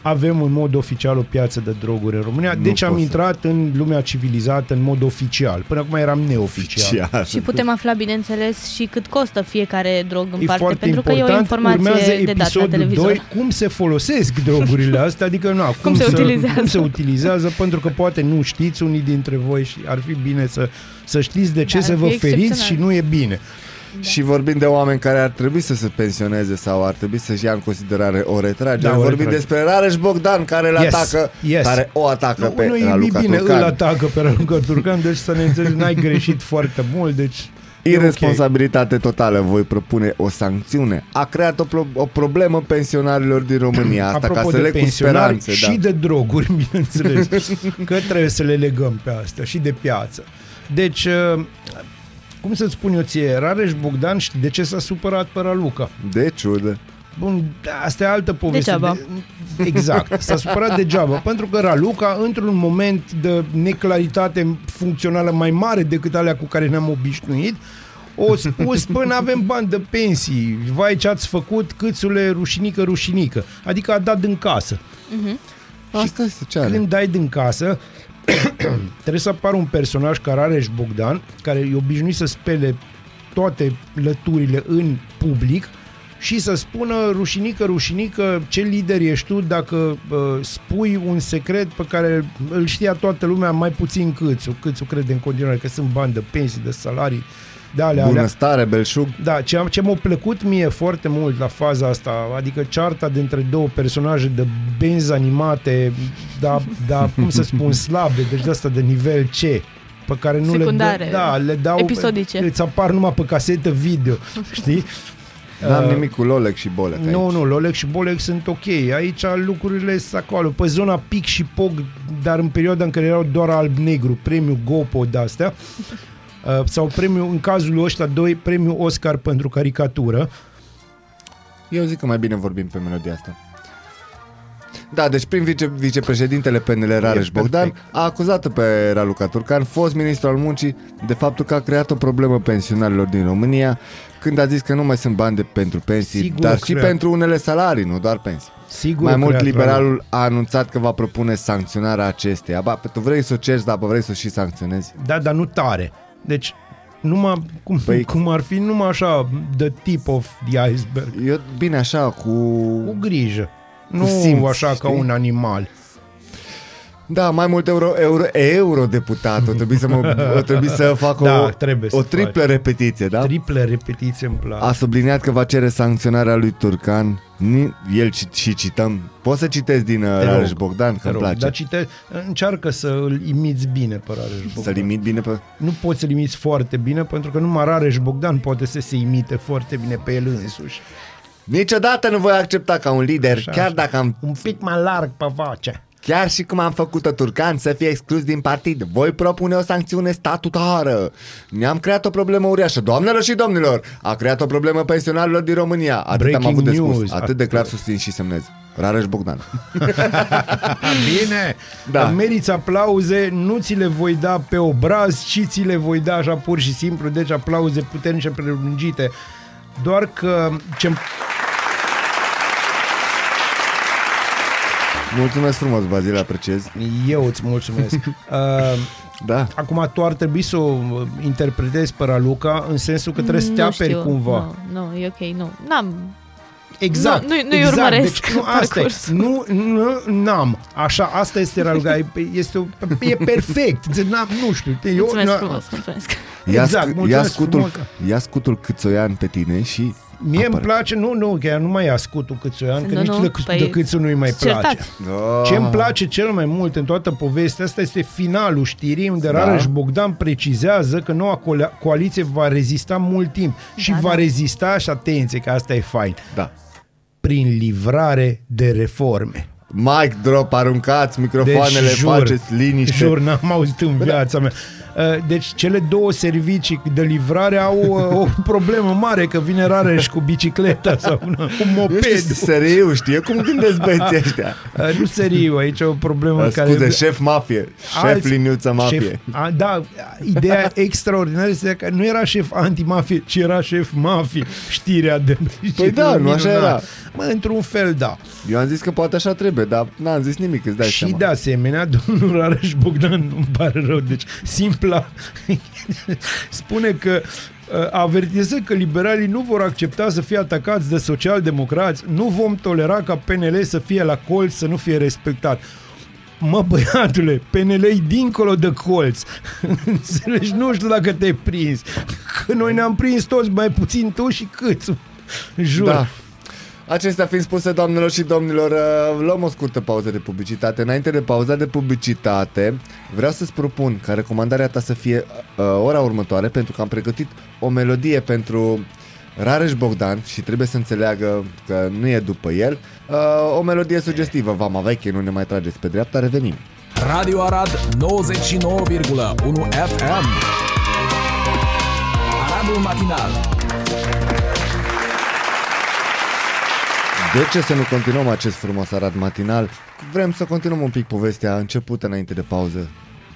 avem în mod oficial o piață de droguri în România,
Nu
deci am
pot să-
intrat în lumea civilizată în mod oficial. Până acum eram neoficial.
Oficial.
Și putem afla, bineînțeles, și cât costă fiecare drog în
E
parte,
foarte
pentru că e
important.
o informație
Urmează
de dat la
episodul
televizor.
2, cum se folosesc drogurile astea, adică na, cum,
se
să,
utilizează.
cum se utilizează, pentru că poate nu știți unii dintre voi și ar fi bine să, să știți de ce
Dar
să
Da, ar
vă
fi
feriți și
excepțional.
nu e bine.
Da. Și vorbim de oameni care ar trebui să se pensioneze sau ar trebui să-și ia în considerare o retragere.
Da,
Da,
o
vorbim
retragere.
despre Rareș Bogdan care îl
Yes,
atacă,
yes.
care o atacă
Nu,
pe
nu e
Raluca
bine,
Turcan.
îl atacă pe Raluca Turcan, deci să ne înțelegi, n-ai greșit foarte mult, deci... e
Irresponsabilitate totală. Voi propune o sancțiune. A creat o, pro- o problemă pensionarilor din România.
ok.
Asta
Apropo
ca să
de
le cu
pensionari
speranțe.
și
da.
de droguri, (laughs) bineînțeles, că trebuie să le legăm pe asta și de piață. Deci, uh, cum să-ți spun eu ție, Rareș Bogdan știi de ce s-a supărat pe Raluca?
Deci, de
Da,
ciudă.
Bun, asta e altă poveste.
Degeaba.
De, exact. S-a supărat degeaba, pentru că Raluca, într-un moment de neclaritate funcțională mai mare decât alea cu care ne-am obișnuit, o spus până avem bani de pensii, vai ce ați făcut, câțule, rușinică, rușinică. Adică a dat din casă.
Asta este ce are.
Când dai din casă, trebuie să apară un personaj care are și Bogdan, care e obișnuit să spele toate lăturile în public și să spună rușinică, rușinică, ce lider ești tu dacă uh, spui un secret pe care îl știa toată lumea, mai puțin Câțu. Câțu crede în continuare că sunt bani de pensii, de salarii, de alea, alea.
Bunăstare, belșug.
Da, ce, am- ce m-a plăcut mie foarte mult la faza asta, adică cearta dintre două personaje de benzi animate, da, da, cum să
(laughs)
spun, slabe, deci de asta de nivel C, pe care nu le,
Secundare,
dă- da, le dau,
episodice.
îți apar numai pe casetă
(laughs)
video, știi?
N-am
Uh,
nimic cu Lolec și Bolec aici.
Nu, nu, Lolec și Bolec sunt ok. Aici lucrurile sunt acolo, pe zona pic și pog, dar în perioada în care erau doar alb-negru, premiu Gopo
(laughs)
de-astea, uh, sau premiu, în cazul ăsta, doi premiu Oscar pentru caricatură.
Eu zic că mai bine vorbim pe melodia asta. Da, deci prin vice, vicepreședintele PNL Rareș
E perfect.
Bogdan a acuzat pe Raluca Turcan, fost ministru al muncii, de faptul că a creat o problemă pensionarilor din România când a zis că nu mai sunt bani de, pentru pensii,
Sigur
dar
că
și
cred.
pentru unele salarii, nu doar pensii.
Sigur
mai
că
mult,
era
liberalul a anunțat că va propune sancționarea acesteia. Ba, tu vrei să o ceri, dar bă, vrei să o și sancționezi.
Da, dar nu tare. Deci, numai, cum,
Păi-
păi, cum ar fi, numai așa, the tip of the iceberg.
Eu, bine, așa, cu...
Cu grijă. Nu
simț,
așa ca
știi?
un animal.
Da, mai mult euro, euro, eurodeputat. O trebuie să, mă, o trebuie
(laughs)
să fac
Da,
o,
trebuie să
o triplă repetiție, da?
Triplă repetiție îmi place.
A subliniat că va cere sancționarea lui Turcan. Ni- El ci- și cităm. Poți să citesc din uh,
Te rog,
Rareș Bogdan, că
Te
îmi
rog, da,
place.
Dar cite, încearcă să îl imiți bine pe Rareș Bogdan.
Să-l imit bine pe...
Nu poți să-l imiți foarte bine, pentru că numai Rareș Bogdan poate să se imite foarte bine pe el însuși.
Niciodată nu voi accepta ca un lider,
Așa,
chiar
așa.
dacă am...
Un pic mai larg pe vace.
Chiar și cum am făcut-o Turcan să fie exclus din partid, voi propune o sancțiune statutară. Ne-am creat o problemă uriașă. Doamnelor și domnilor, a creat o problemă pensionarilor din România. Atât am
Breaking
avut de spus.
news.
Atât de clar susțin și semnez. Rareș
(laughs)
Bogdan.
Bine!
Da. Meriți aplauze, nu ți le voi da pe obraz, ci ți le voi da așa pur și simplu, deci aplauze puternice prelungite. Doar că ce
Mulțumesc frumos, Bazil, apreciez.
eu îți
(laughs)
mulțumesc. Uh,
Da.
acum tu ar trebui să o uh, interpretezi pe Raluca în sensul că trebuie să te
Nu
aperi
știu.
cumva.
Nu, nu, e ok, nu. N-am.
Exact.
Nu- nu- nu-i
exact.
urmăresc (laughs)
Deci, nu, asta e.
parcursul.
Nu, nu, n-am. Așa, asta este Raluca. E, este, o, e
(laughs)
perfect. Deci, N-am, nu știu. Te, eu,
Mulțumesc
na-
frumos, mulțumesc.
Ia,
Exact,
scu- ia,
mulțumesc
scutul,
frumos.
ia scutul câțoian pe tine și...
Mie îmi
apără.
place, nu, nu, că ea nu mai e ascutul câțoian, că
Nu,
nici
nu,
de,
păi,
de câțu nu-i mai place.
Certați.
Da.
Ce îmi place cel mai mult în toată povestea asta este finalul știrii unde da. Rareș Bogdan precizează că noua coala- coaliție va rezista mult timp și
Da,
va
da.
rezista, și atenție că asta e fain,
Da.
prin livrare de reforme. Deci,
Mic drop, aruncați microfoanele, faceți liniște. Da.
Jur, n-am auzit în viața mea. Uh, Deci cele două servicii de livrare au uh, o problemă mare că vine Rareș cu bicicleta
(laughs)
sau una, cu
Nu
moped.
știu, seriu, știe cum gândesc băieții ăștia.
Uh, Nu seriu, aici e o problemă
Da,
care...
Scuze, șef mafie, șef
Alți-
liniuță mafie.
a, da, ideea extraordinară este că nu era șef antimafie, ci era șef mafie, știrea de...
Păi da, nu așa
Minunat.
era.
Mă, într-un fel, da.
Eu am zis că poate așa trebuie, dar n-am zis nimic, îți dai
și da,
seama.
de asemenea, (laughs) domnul Rareș Bogdan, îmi pare rău, deci simpla (laughs) spune că uh, avertizează că liberalii nu vor accepta să fie atacați de socialdemocrați, nu vom tolera ca PNL să fie la colț, să nu fie respectat. Mă, băiatule, PNL e dincolo de colț. (laughs) Înțelegi? Nu știu dacă te-ai prins. Că noi ne-am prins toți, mai puțin tu și câțu. Jur.
Da. Acestea fiind spuse, doamnelor și domnilor, uh, luăm o scurtă pauză de publicitate. Înainte de pauza de publicitate, vreau să-ți propun ca recomandarea ta să fie uh, ora următoare, pentru că am pregătit o melodie pentru Rareș Bogdan și trebuie să înțeleagă că nu e după el. Uh, o melodie sugestivă, vama veche, nu ne mai trageți pe dreapta, revenim.
Radio Arad 99,1 FM Aradul matinal
De ce să nu continuăm acest frumos arat matinal? Vrem să continuăm un pic povestea începută înainte de pauză.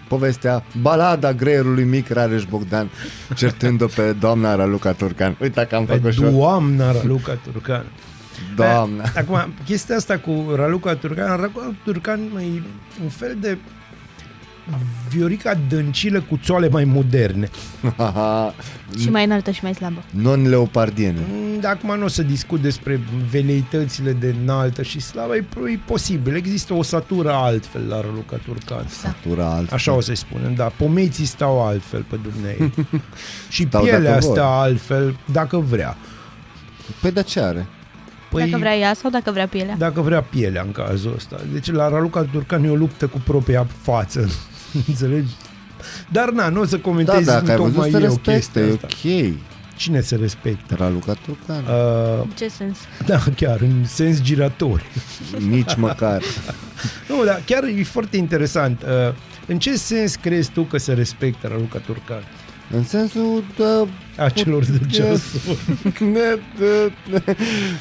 Povestea, balada greierului mic Rareș Bogdan, certând-o pe doamna Raluca Turcan. Uite că am
Pe
făcut și eu.
doamna Raluca Turcan.
Doamna.
Eh, Acum, chestia asta cu Raluca Turcan, Raluca Turcan mai e un fel de Viorica Dăncilă cu țoale mai moderne.
(laughs)
(laughs)
Și mai înaltă și mai slabă.
Non-leopardiene.
Mm, Dar acum nu o să discut despre veleitățile de înaltă și slavă, e, e posibil. Există o satură altfel la Raluca Turcan.
Tura alt.
Așa o să-i spunem, da. Pomeții stau altfel pe dumnei. și
Stau
pielea
dacă vor.
asta altfel, dacă vrea.
Păi de ce are?
Păi... Dacă vrea ea sau dacă vrea pielea.
dacă vrea pielea în cazul ăsta. Deci la Raluca Turcan e o luptă cu propria față. (laughs) Înțelegi? Dar na, nu o să
Da,
comentez
dacă ai văzut
tocmai
să
eu
respecte,
chestia
e
asta.
ok.
Cine se respectă?
Raluca Turcan.
(laughs) Uh,
În ce sens?
da, chiar, în
(laughs)
sens girator.
Nici măcar.
nu, dar chiar e foarte interesant. Uh, în ce sens crezi tu că se respectă Raluca Turcan?
În sensul uh, de...
A celor de ceas.
Ne- de- de-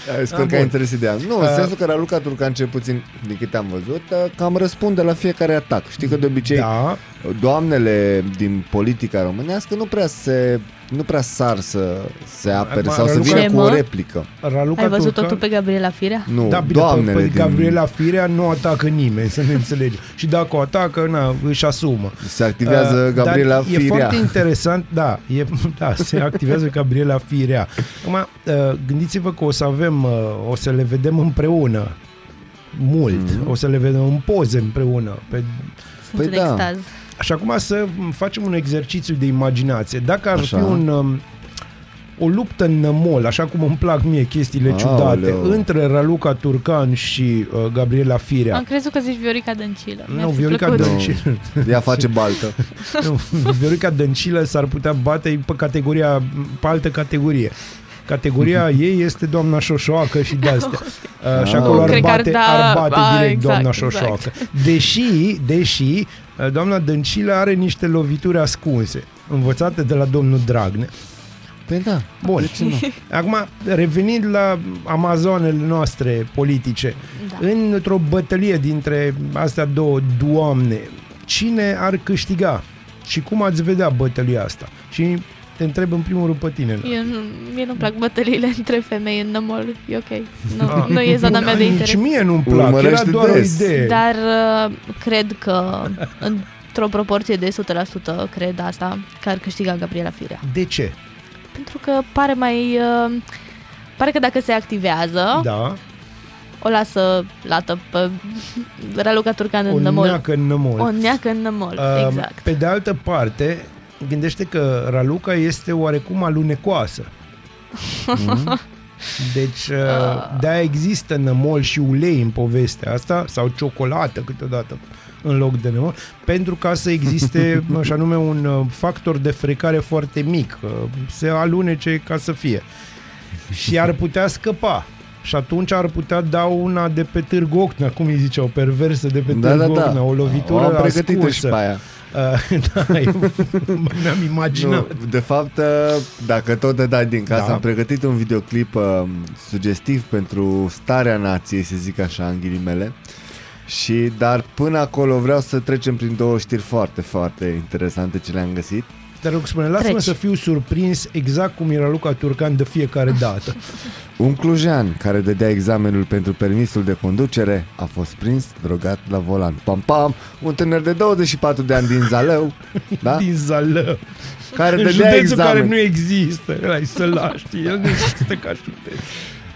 Sper
Ah,
că
bun.
ai înțeles ideea. Nu, în
Ah.
sensul că Raluca Turcan, cel puțin din câte am văzut, ah, cam răspunde la fiecare atac. Știi că de obicei da.
Da,
doamnele din politica românească nu prea se nu prea sar să se apere
Acum,
sau să
Raluca-
vină cu o
Emă?
replică.
Raluca
Ai văzut-o tu
Turcan...
pe Gabriela Firea?
Nu,
Da, bine,
doamnele
păi,
din...
Gabriela Firea nu atacă nimeni, să ne înțelegem. Și dacă o atacă, na, își asumă.
Se activează
Uh,
Gabriela
dar E
Firea.
foarte interesant, da, e, (laughs) da, se activează Gabriela Firea. Acum, uh, gândiți-vă că o să avem, uh, o să le vedem împreună mult,
Mhm.
mm-hmm. o să le vedem în poze împreună. Pe...
Sunt
Păi
în
da.
extaz.
Așa cum să facem un exercițiu de imaginație. Dacă ar
Așa.
fi un, um, o luptă în nămol, așa cum îmi plac mie chestiile
Aoleu.
ciudate, între Raluca Turcan și uh, Gabriela Firea.
Am crezut că zici Viorica Dăncilă. Mi-ar
nu,
fi
Viorica
plăcut.
Dăncilă.
Ea face
(laughs)
baltă.
Nu, Viorica Dăncilă s-ar putea bate pe categoria, pe altă categorie. Categoria
(laughs)
ei este doamna Șoșoacă și de-astea. Uh, și
Ah.
acolo ar
Cred că ar
bate,
da-
ar bate
a,
direct
exact,
doamna
exact.
Șoșoacă. Deși, deși, uh, doamna Dăncilă are niște lovituri ascunse, învățate de la domnul Dragnea.
Păi da.
Bun. (laughs) Acum, revenind la amazoanele noastre politice, da. într-o bătălie dintre astea două doamne, cine ar câștiga? Și cum ați vedea bătălia asta? Și te întreb în primul rând pe tine. Nea.
Eu nu, mie nu-mi plac bătăliile (laughs) între femei în nămol. E ok.
Ah.
Nu, nu e zona mea de
Nici
interes.
mie nu-mi plac,
Urmărește
era doar
des.
o idee.
Dar uh, cred că într-o proporție de 100% cred asta că ar câștiga Gabriela Firea.
De ce?
Pentru că pare mai... uh, Pare că dacă se activează, da.
Da,
o lasă lată pe (laughs) Raluca Turcan
o
în nămol.
neacă în nămol.
O neacă în nămol,
Uh,
exact.
Pe de altă parte, gândește că Raluca este
(laughs)
oarecum alunecoasă. Deci,
Ah.
uh, de-aia există nămol și ulei în povestea asta, sau ciocolată câteodată în loc de nămol, pentru ca
(laughs)
să existe, așa nume, un uh, factor de frecare foarte mic. uh, Se alunece ca să fie. Și ar putea scăpa. Și atunci ar putea da una de pe Târgu Ocna, cum îi ziceau, perversă de pe
Da, da,
Târgu
da.
Ocna, o lovitură
am pregătit și
ascunsă.
pe aia.
Uh, (laughs) da, eu mi-am imaginat.
Nu, de fapt, uh, dacă tot te dai din casă,
Da.
da. am pregătit un videoclip uh, sugestiv pentru starea nației, să zic așa, în ghilimele. Și, dar până acolo vreau să trecem prin două știri foarte, foarte interesante ce le-am găsit.
Te rog, spune, lasă-mă
Treci.
să fiu surprins exact cum era Luca Turcan de
Ah.
fiecare dată.
Un clujean care dădea examenul pentru permisul de conducere a fost prins drogat la volan. Pam, pam! Un tânăr de 24 de ani din Zalău, da?
Din Zală.
care
În
dădea
județul care
examen.
nu există. Hai să lași, el nu există ca județ.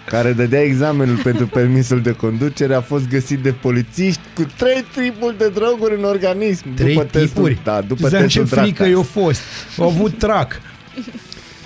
care dădea examenul pentru permisul de conducere a fost găsit de polițiști cu trei tipuri de droguri în organism.
Trei
după
tipuri.
Testul, da, după
Zean, ce
testul da."
frică
Dragnea.
eu fost. Au
(laughs)
avut trac.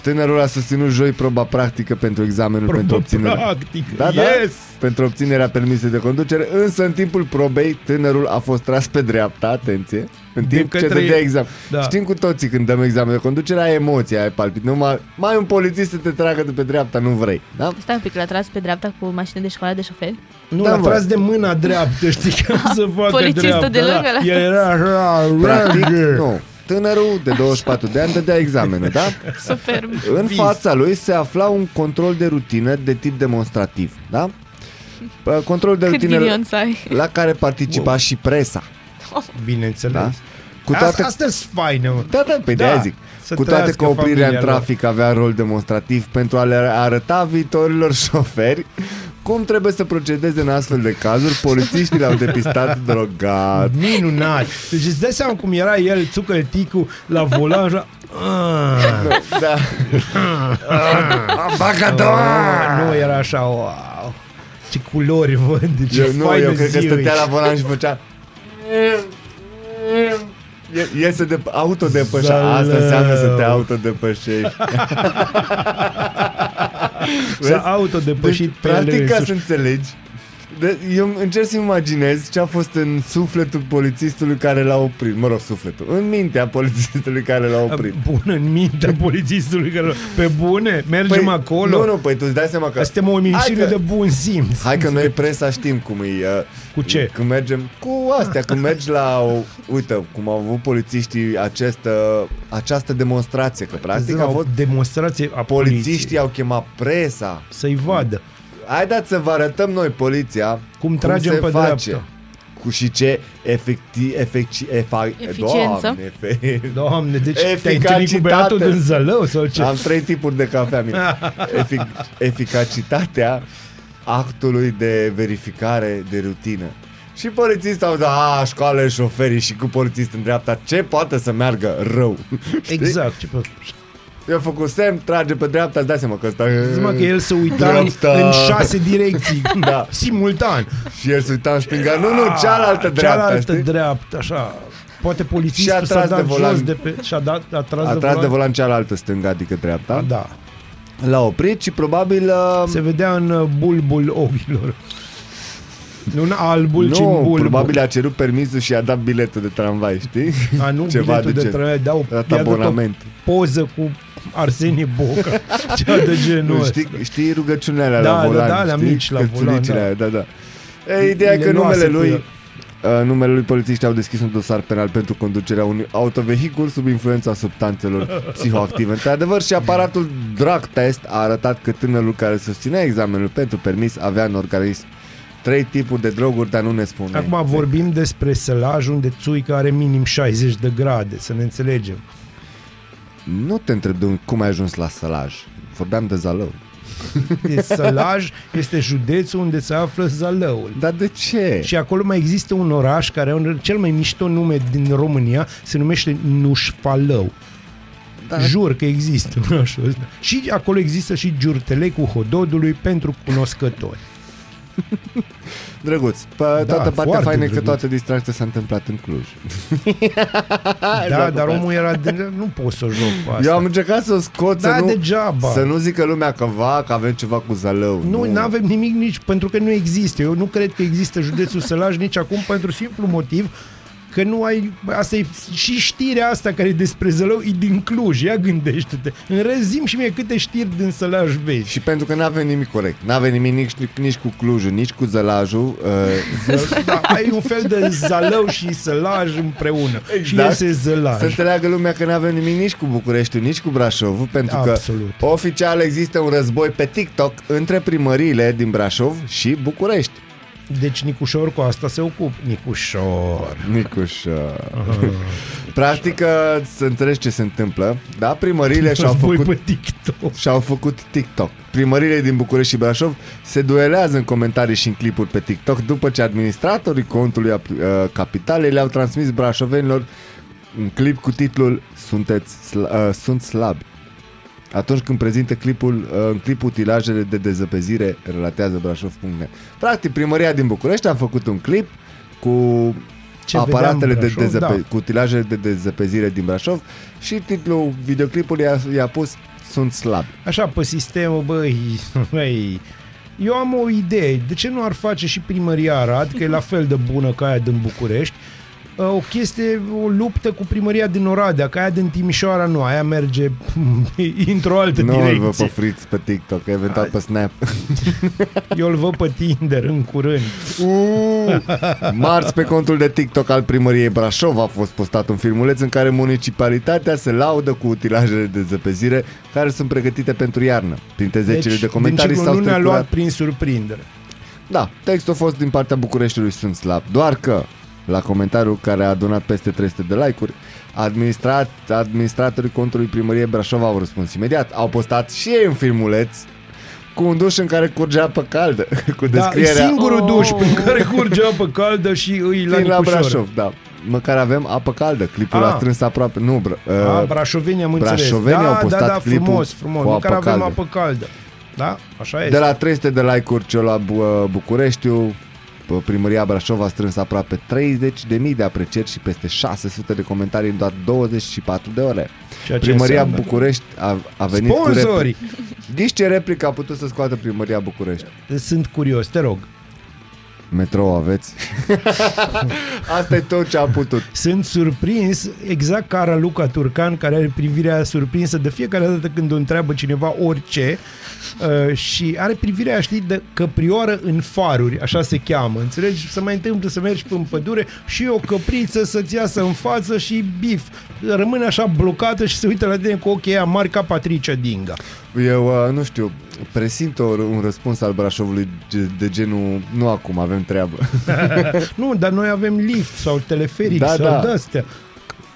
Tânărul a susținut joi proba practică pentru examenul pentru obținerea...
Practic.
Da, da,
yes!
pentru obținerea permisului de conducere, însă în timpul probei tânărul a fost tras pe dreapta, atenție, în
De
timp ce
către-
dădea examen.
Da.
Da. Știm cu toții când dăm examen de conducere, ai emoția, ai palpit. Numai, mai un polițist să te tragă de pe dreapta, nu vrei, da?
Stai un pic, l-a tras pe dreapta cu mașină de școală de
(laughs)
șofer?
Nu,
Da,
l-a
mă. Ah,
tras de mâna dreaptă, știi, că să facă
Polițistul
dreaptă.
de lângă
da.
l-a
El era așa,
Practic,
rege.
nu. Tânărul de 24 de ani dădea examenul,
(laughs)
da?
Superb.
În
Vis.
fața lui se afla un control de rutină de tip demonstrativ, da? Pă, Control de
Cât
rutină
ghinion să ai.
la care participa și presa, da?
Bineînțeles.
Cu toate...
Asta e faină, mă.
Da, da, pe
Da,
da, zic.
să
Cu toate
trăiască
că oprirea în
familia lor.
trafic avea rol demonstrativ pentru a le arăta viitorilor (laughs) șoferi cum trebuie să procedeze în astfel de cazuri, polițiștii l-au depistat
(laughs)
drogat.
Minunat! Deci îți dai seama cum era el, țucă ticul, la volan, așa... "Ah,
Da.
ah", Nu era așa, wow! Ce culori văd, deci
Eu, nu, eu cred că
zi
stătea la volan și făcea... E- El se de- autodepășea. Asta înseamnă să te
(laughs)
autodepășești. Vezi? Deci,
S-a autodepășit pe
practic,
ele
ca să
însuși.
înțelegi, de, eu încerc să imaginez ce a fost în sufletul polițistului care l-a oprit. Mă rog, sufletul. În mintea polițistului care l-a oprit.
Bun în Ah,
(laughs)
mintea polițistului care... Pe bune, mergem acolo.
Nu, nu, păi tu îți dai seama că...
Suntem o emisiune
Hai că-
de bun simț.
Hai că noi presa știm cum e uh,
Cu ce?
Când mergem cu astea Când mergi la o, Uite cum au avut polițiștii acest, uh, Această demonstrație Că practic
Zău,
a fost
Deci demonstrație a
Polițiștii
poliției.
au chemat presa
Să-i vadă
Haideți să vă arătăm noi poliția
cum tragem
se
pe
face.
dreapta.
Cu și ce efecti, efecti, efa,
Eficiență.
Doamne, fe,
Doamne, deci te-ai întâlnit cu
Eficacitate. Da,
băiatul din Zălău sau ce?
Am trei tipuri de cafea
(laughs)
mică. Efic- eficacitatea actului de verificare de rutină. Și polițistul au zis, a, școală șoferii și cu polițist în dreapta, ce poate să meargă rău? (laughs)
Exact. Ce pe-
Eu am făcut semn, trage pe dreapta, îți dai seama că ăsta...
Zici mă că el se uita în,
Dreapta.
în șase direcții,
(laughs)
da.
Da.
simultan.
Și el se uita în stânga, nu, nu, cealaltă dreapta,
Ah, Cealaltă
știi?
dreaptă, așa. Poate
Și
polițistul
a
s-a
tras
dat
de volan.
jos de pe... Și-a dat, a tras,
a tras de volan cealaltă stânga, adică dreapta.
Da.
L-a oprit și probabil... uh,
Se vedea în uh, bulbul ochilor. (laughs) Nu un albul, ci un
nu,
bulbul.
probabil a cerut permisul și i-a dat biletul de tramvai,
(laughs)
știi? (laughs)
A, nu,
Ceva
biletul
de
de,
gen.
trăie, dau,
A dat
i-a dat o
abonament.
poză cu Arsenie Boca, (laughs) cea de genul
Nu,
ăsta.
știi, știi rugăciunile alea
Da,
la
da,
volan,
da, alea
știi?
mici la volan,
Cărțulicile
da.
Aia, da, da. E, ideea
Le
că numele
luase cu
lui,
el.
uh, numele lui polițiștii au deschis un dosar penal pentru conducerea unui autovehicul sub influența substanțelor psihoactive. Într-adevăr, și aparatul drug test a arătat că tânărul care susținea examenul pentru permis avea în organism trei tipuri de droguri, dar nu ne spune.
Acum vorbim despre sălaj unde țuica are minim 60 de grade, să ne înțelegem.
Deci, Nu te întreb de un- cum ai ajuns la sălaj. Vorbeam de zalău.
E sălaj este județul unde se află Zalăul.
Dar de ce?
Și acolo mai există un oraș care are un cel mai mișto nume din România, se numește Nușfalău. Da. Jur că există orașul ăsta. Și acolo există și giurtelecul hododului pentru cunoscători.
Drăguț. Pe da, toată partea
foarte
faină e că
drăguț.
toată distracția s-a întâmplat în Cluj.
da, dar omul era de... Nu pot să joc cu asta.
Eu am încercat să o scot
Da,
să, nu,
degeaba.
să nu zică lumea că va, că avem ceva cu zalău.
Nu, nu avem nimic nici pentru că nu există. Eu nu cred că există județul Sălaj nici acum pentru simplu motiv că nu ai... Asta e și știrea asta care e despre Zălău e din Cluj. Ia gândește-te. În rest, zim și mie câte știri din Sălaj vezi.
Și pentru că nu avem nimic corect. Nu avem nimic nici, nici cu Clujul, nici cu zălajul. Uh,
Da, ai un fel de Zălău și Sălaj împreună. Și
Exact.
iese
să
Zălaj.
înțeleagă lumea că nu avem nimic nici cu Bucureștiul, nici cu Brașovul, pentru
Absolut.
că oficial există un război pe TikTok între primăriile din Brașov și București.
Deci Nicușor cu asta se ocup. Nicușor.
Nicuș. uh,
Ah.
Practic, uh, să înțelegi ce se întâmplă, da?
(laughs)
Primările și-au
Război
făcut
pe TikTok.
și-au făcut TikTok. Primările din București și Brașov se duelează în comentarii și în clipuri pe TikTok după ce administratorii contului ap- uh, capitalei le-au transmis brașovenilor un clip cu titlul Sunteți sl- uh, Sunt slabi. Atunci când prezintă clipul, uh, în clip utilajele de dezăpezire, relatează brașov.net. Practic, primăria din București a făcut un clip cu
Ce
aparatele
vedeam în
de
Brașov,
dezăpe-
da.
cu utilajele de dezăpezire din Brașov și titlul videoclipului i-a, i-a pus Sunt slabi.
Așa, pe sistemul, băi, (laughs) băi, eu am o idee. De ce nu ar face și primăria Arad, că e
(laughs)
la fel de bună ca aia din București, Uh, o chestie, o luptă cu primăria din Oradea, ca aia din Timișoara nu, aia merge (laughs) într-o altă
Nu îl vă
direcție.
pe Fritz pe TikTok, eventual pe Snap.
Eu îl văd pe Tinder în curând.
Uuu! (laughs) Marți pe contul de TikTok al primăriei Brașov a fost postat un filmuleț în care municipalitatea se laudă cu utilajele de zăpezire care sunt pregătite pentru iarnă. Printre zecile de comentarii
Deci, din
s-au
ciclu nu ne-a
strecurat...
luat prin surprindere.
Da, textul a fost din partea Bucureștiului Sunt Slab, doar că la comentariul care a adunat peste 300 de like-uri, administrat, administratorii contului primăriei Brașov au răspuns imediat. Au postat și ei un filmuleț cu un duș în care curgea apă caldă, (laughs) cu
Da, e
descrierea
singurul
Oh.
duș prin care curge apă caldă și îi la
fiind la
Nicușor.
Brașov. Da. Măcar avem apă caldă, clipul
Ah.
a strâns aproape, nu, br-
A,
uh,
brașovenii Da, am înțeles.
brașovenii
da,
au postat
da, da,
clipul
frumos, frumos.
cu
Măcar
apă
avem
caldă.
apă caldă. Da? Așa este.
de la 300 de like-uri ce la Bu- Bucureștiu, p- primăria Brașov a strâns aproape 30.000 de aprecieri și peste 600 de comentarii în doar 24 de ore.
Ceea ce
Primăria
înseamnă-
București a, a venit cu
Sponsorii!
replica. Ghiși ce replică a putut să scoată Primăria București?
Sunt curios, te rog.
Metrou
(laughs)
aveți? Asta e tot ce a putut.
Sunt surprins, exact ca Raluca Turcan, care are privirea surprinsă de fiecare dată când o întreabă cineva orice uh, și are privirea, știi, de căprioară în faruri, așa se cheamă, înțelegi? Să mai întâmplă să mergi în pădure și o căpriță să-ți iasă în față și bif. Rămâne așa blocată și se uită la tine cu ochii aia mari ca Patricia Dinga.
Eu, uh, nu știu, presimt o, un răspuns al Brașovului ge- de genul nu acum, avem treabă.
Nu, dar noi avem lift sau teleferic
Da,
da, sau
da.
da. de-astea.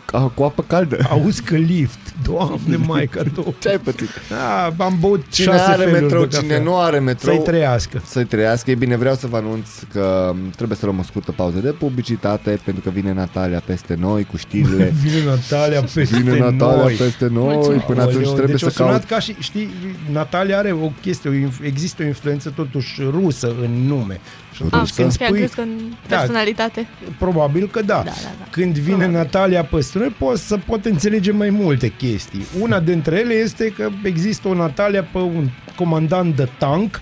Ca- Cu apă caldă.
Auzi că lift, doamne maica,
(laughs)
două.
Ce ai pățit?
Da, am băut
Cine
șase
are
feluri
metrou,
de cafea.
cine nu are metrou,
Să-i trăiască.
să-i trăiască. Ei bine, vreau să vă anunț că trebuie să luăm o scurtă pauză de publicitate, pentru că vine Natalia peste noi cu
(laughs)
știrile.
Vine Natalia peste
Vine Natalia
noi.
peste noi,
Mulțumim.
până atunci
Aoleu,
trebuie
deci
să
o sunat
caut.
ca și, știi, Natalia are o chestie, o inf- există o influență totuși rusă în nume. Și atunci
Ah,
Rusă?
când
când
spui...
spui,
crezut că în
Da.
personalitate.
probabil că da.
da, da.
Când vine
Probabil.
Natalia peste noi, poți să pot înțelege mai multe chestii. Una dintre ele este că există o Natalia pe un comandant de tank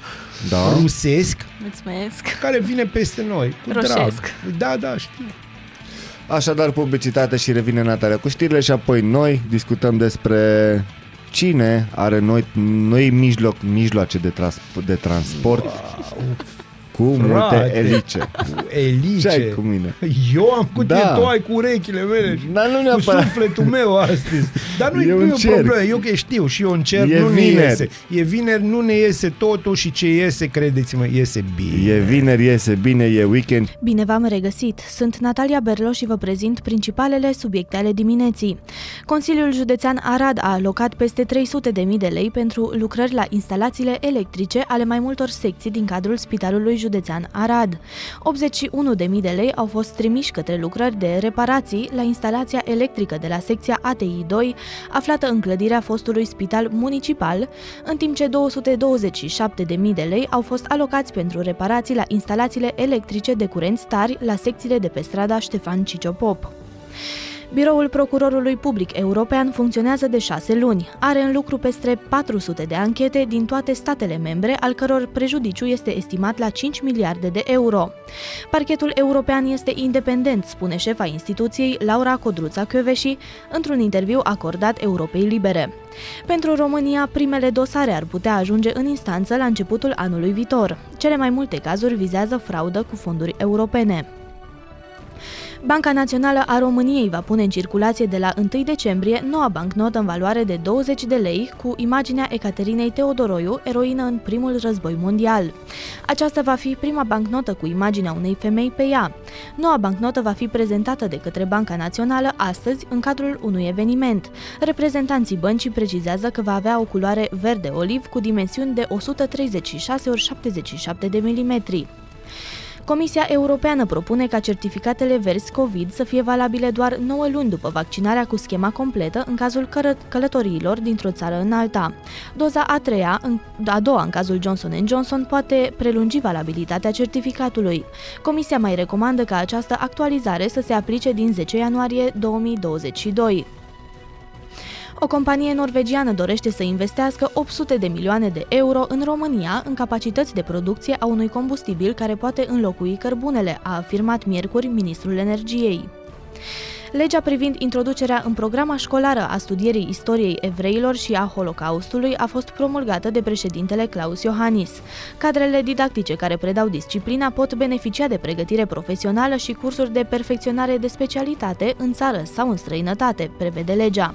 Da.
rusesc
Mulțumesc.
care vine peste noi. Cu drag.
Rusesc.
Da, da, știu.
Așadar, publicitate și revine Natalia cu știrile și apoi noi discutăm despre cine are noi, noi mijloc, mijloace de, trans- de transport cu multe
frate.
elice. Ce ai
Elice.
cu mine?
Eu am cu tine,
Da.
tu ai cu urechile mele și
Dar nu
cu
neapărat.
sufletul meu astăzi. Dar nu e
Eu
nu e o
încerc.
problemă. Eu că știu și eu încerc,
E
nu ne
vineri.
iese. E vineri, nu ne iese totul și ce iese, credeți-mă, iese bine.
E vineri, iese bine, e weekend.
Bine v-am regăsit! Sunt Natalia Berlo și vă prezint principalele subiecte ale dimineții. Consiliul Județean Arad a alocat peste 300.000 de lei pentru lucrări la instalațiile electrice ale mai multor secții din cadrul Spitalului Județean Arad. 81.000 de lei au fost trimiși către lucrări de reparații la instalația electrică de la secția ATI 2, aflată în clădirea fostului spital municipal, în timp ce 227.000 de lei au fost alocați pentru reparații la instalațiile electrice de curenți tari la secțiile de pe strada Ștefan Ciciopop. Biroul Procurorului Public European funcționează de șase luni. Are în lucru peste 400 de anchete din toate statele membre, al căror prejudiciu este estimat la 5 miliarde de euro. Parchetul european este independent, spune șefa instituției Laura Codruța Căveși într-un interviu acordat Europei Libere. Pentru România, primele dosare ar putea ajunge în instanță la începutul anului viitor. Cele mai multe cazuri vizează fraudă cu fonduri europene. Banca Națională a României va pune în circulație de la 1 decembrie noua bancnotă în valoare de 20 de lei cu imaginea Ecaterinei Teodoroiu, eroină în primul război mondial. Aceasta va fi prima bancnotă cu imaginea unei femei pe ea. Noua bancnotă va fi prezentată de către Banca Națională astăzi în cadrul unui eveniment. Reprezentanții băncii precizează că va avea o culoare verde oliv cu dimensiuni de 136 x 77 de milimetri. Comisia Europeană propune ca certificatele verzi COVID să fie valabile doar 9 luni după vaccinarea cu schema completă în cazul cără- călătoriilor dintr-o țară în alta. Doza a treia, în, a doua în cazul Johnson Johnson, poate prelungi valabilitatea certificatului. Comisia mai recomandă ca această actualizare să se aplice din 10 ianuarie 2022. O companie norvegiană dorește să investească 800 de milioane de euro în România în capacități de producție a unui combustibil care poate înlocui cărbunele, a afirmat miercuri ministrul energiei. Legea privind introducerea în programa școlară a studierii istoriei evreilor și a Holocaustului a fost promulgată de președintele Claus Iohannis. Cadrele didactice care predau disciplina pot beneficia de pregătire profesională și cursuri de perfecționare de specialitate în țară sau în străinătate, prevede legea.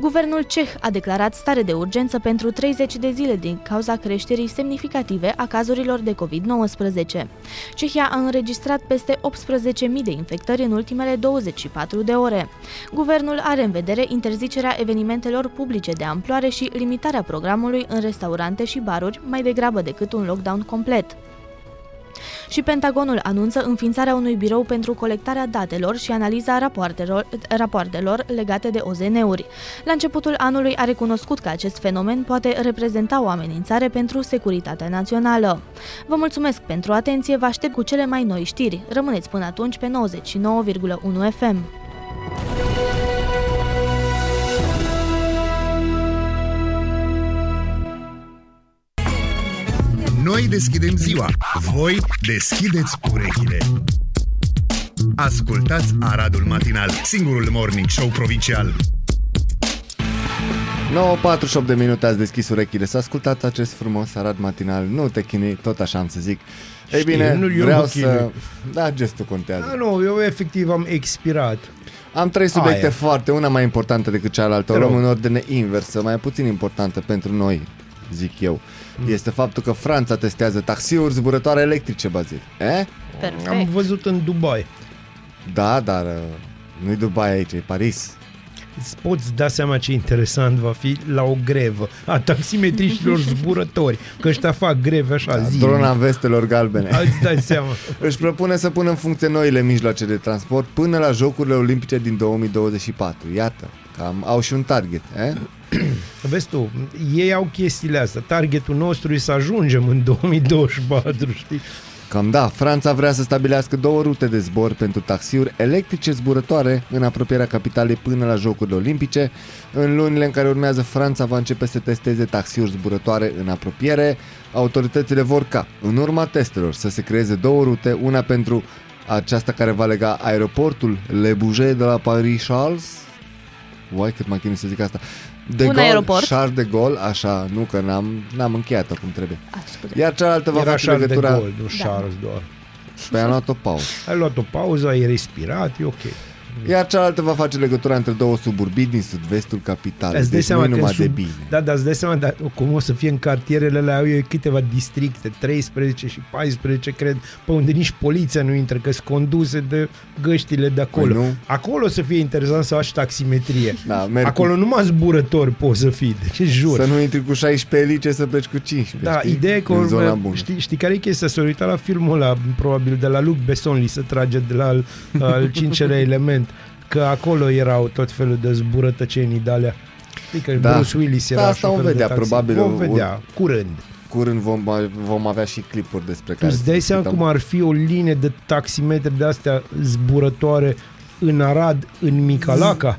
Guvernul ceh a declarat stare de urgență pentru 30 de zile din cauza creșterii semnificative a cazurilor de COVID-19. Cehia a înregistrat peste 18.000 de infectări în ultimele 24 de ore. Guvernul are în vedere interzicerea evenimentelor publice de amploare și limitarea programului în restaurante și baruri mai degrabă decât un lockdown complet și Pentagonul anunță înființarea unui birou pentru colectarea datelor și analiza rapoartelor, rapoartelor legate de OZN-uri. La începutul anului a recunoscut că acest fenomen poate reprezenta o amenințare pentru securitatea națională. Vă mulțumesc pentru atenție, vă aștept cu cele mai noi știri. Rămâneți până atunci pe 99,1 FM.
Noi deschidem ziua, voi deschideți urechile. Ascultați Aradul Matinal, singurul morning show provincial.
9.48 de minute ați deschis urechile să ascultați acest frumos arat matinal. Nu te chinui, tot așa am să zic. Ei
Știu,
bine,
nu- eu
vreau
mă
să...
chinui.
Da, gestul contează.
Da, nu, eu efectiv am expirat.
Am trei subiecte
Aia.
foarte, una mai importantă decât cealaltă, o
Te rog.
luăm în ordine inversă, mai puțin importantă pentru noi, zic eu.
Hmm.
Este faptul că Franța testează taxiuri zburătoare electrice, Bazil. Eh?
Am
Perfect.
văzut în Dubai.
Da, dar uh, nu-i Dubai aici, e Paris.
Îți poți da seama ce interesant va fi la o grevă a taximetriștilor zburători, că ăștia fac greve
Da,
așa zi.
Drona vestelor galbene.
Îți dai seama.
(laughs) Își propune să pună în funcție noile mijloace de transport până la Jocurile Olimpice din 2024. Iată, cam au și un target. Eh?
Vezi tu, ei au chestiile astea. Targetul nostru e să ajungem în 2024, știi?
Cam da, Franța vrea să stabilească două rute de zbor pentru taxiuri electrice zburătoare în apropierea capitalei până la Jocurile Olimpice. În lunile în care urmează, Franța va începe să testeze taxiuri zburătoare în apropiere. Autoritățile vor ca, în urma testelor, să se creeze două rute, una pentru aceasta care va lega aeroportul Le Bourget de la Paris Charles. Uai, cât m-am chinuit să zic asta. De
Un
Gaulle,
aeroport.
Charles de Gaulle, așa, nu că n-am, n-am încheiat-o cum trebuie.
A, scuze.
Iar cealaltă va
Era
face
Charles
legătura...
de Gaulle, nu Charles doar.
Păi am luat o pauză.
Ai luat o pauză, ai respirat, e ok.
Iar cealaltă va face legătura între două suburbii din sud-vestul capitalei.
Îți dai
Deci nu
seama
e
că în
numai de
sub...
bine.
Da, dar îți dai seama dar cum o să fie în cartierele alea, au eu câteva districte, 13 și 14, cred, pe unde nici poliția nu intră, că sunt conduse de găștile de acolo.
Păi nu.
Acolo o să fie interesant să faci taximetrie.
Da, merg
acolo
cu-
numai zburător poți să fii, de ce jur?
Să nu intri cu 16 elice, să pleci cu 15.
Da,
știi?
ideea e că
În
urmă-
zona bună.
știi, știi care e chestia? S-a uitat la filmul ăla, probabil de la Luc Besson, li se trage de la al,
(laughs)
al cincelea element, că acolo erau tot felul de zburătăcenii de alea. Știi că
Da.
da. Bruce Willis era
Da,
și
asta
un
o
fel de
vedea,
taxi.
probabil
O
o-
vedea, curând.
Curând vom, vom avea și clipuri despre
Tu
care
îți dai
să
seama
discutăm.
cum ar fi o linie de taximetre de astea zburătoare în Arad, în Micalaca?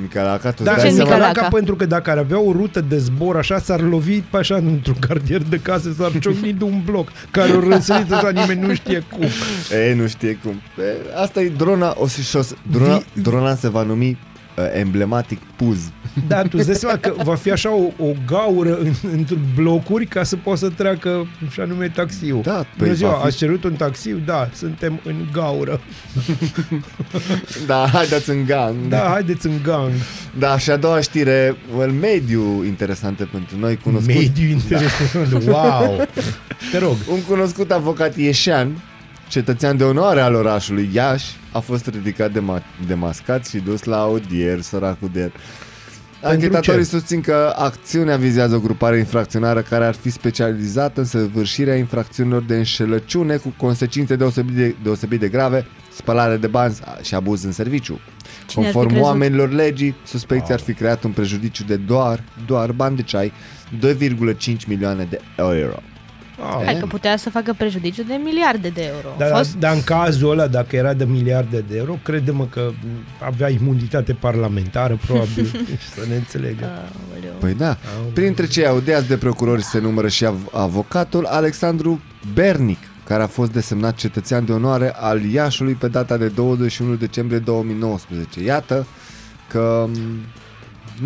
Micalaca, tu
Da,
îți dai
în
Ce
seama...
Micalaca?
Micalaca, pentru că dacă ar avea o rută de zbor așa, s-ar lovi pe așa într-un cartier de case, s-ar ciocni de un bloc care o răsărit așa, nimeni nu știe cum.
E, nu știe cum. E, asta e drona, o să, și o să, drona, drona se va numi uh, emblematic Puz.
Da, tu îți dai seama că va fi așa o, o gaură în, în blocuri ca să poată să treacă și anume taxiul.
Da, păi
Bună ziua,
va fi-
ați cerut un taxiu? Da, suntem în gaură.
Da, (laughs) haideți în gang.
Da, haideți în gang.
da, și a doua știre, well, mediu interesantă pentru noi, cunoscut. Da.
Mediu interesant. Wow! Te rog.
Un cunoscut avocat ieșean, cetățean de onoare al orașului Iași, a fost ridicat de, ma- de mascat și dus la audier, săracul de el. Anchetatorii
ce?
susțin că acțiunea vizează o grupare infracționară care ar fi specializată în săvârșirea infracțiunilor de înșelăciune cu consecințe deosebit de, deosebit de grave, spălare de bani și abuz în serviciu.
Cine ar fi
Conform
crezut? Ah.
oamenilor legii, suspecții ar fi creat un prejudiciu de doar, doar bani de ceai, 2,5 milioane de euro.
Hai că putea să facă prejudiciu de miliarde de euro.
Dar,
a
da,
fost...
dar în cazul ăla, dacă era de miliarde de euro, crede-mă că avea imunitate parlamentară,
(laughs)
probabil, (laughs) să ne înțelegă.
Aoleu.
Păi da, printre cei audiați de procurori se numără și av- avocatul Alexandru Bernic, care a fost desemnat cetățean de onoare al Iașului pe data de 21 decembrie 2019. Iată că m,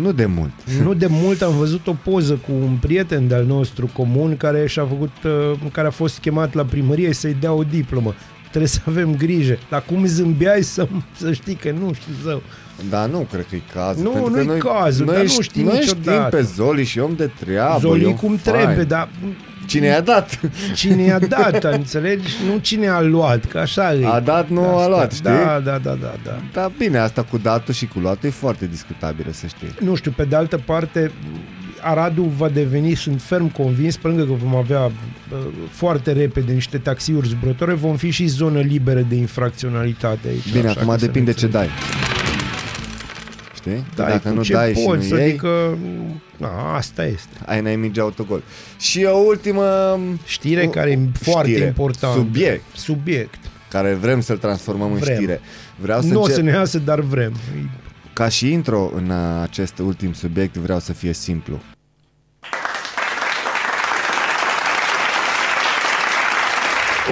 nu de mult.
Nu de mult am văzut o poză cu un prieten de-al nostru comun care și-a făcut, uh, care a fost chemat la primărie să-i dea o diplomă. Trebuie să avem grijă. Dar cum zâmbeai să, să știi că nu știu zău.
Dar nu cred că e cazul.
Nu,
pentru că
nu-i
noi,
cazul,
noi
dar nu
ști-
știi
Noi știm
niciodată.
pe Zoli și e om de treabă. e
Zolii
om
cum
fain.
trebuie, da. dar
Cine i-a dat? (laughs)
cine i-a dat, înțelegi? Nu cine a luat, că așa e.
A dat, nu a
Asta.
luat, știi?
Da, da, da, da, da.
Dar bine, asta cu datul și cu luatul e foarte discutabilă, să știi.
nu știu, pe de altă parte, Aradul va deveni, sunt ferm convins, pe lângă că vom avea uh, foarte repede niște taxiuri zburătoare, vom fi și zonă liberă de infracționalitate aici.
Bine,
Da, așa
acum
că să
depinde
ne
ce dai.
înțelegem.
Știi?
Dai
Dacă
cu
nu
ce
dai și
poți,
nu iei, adică...
adică, na, asta este.
ai n-ai minge autogol. Și o ultimă
Știre
o-
care e foarte
știre,
importantă.
Subiect
Subiect.
care vrem să-l transformăm în
Vrem.
știre. Vreau să,
Nu o
încerc,
să ne iasă, dar vrem.
ca și intro în a, acest ultim subiect, vreau să fie simplu.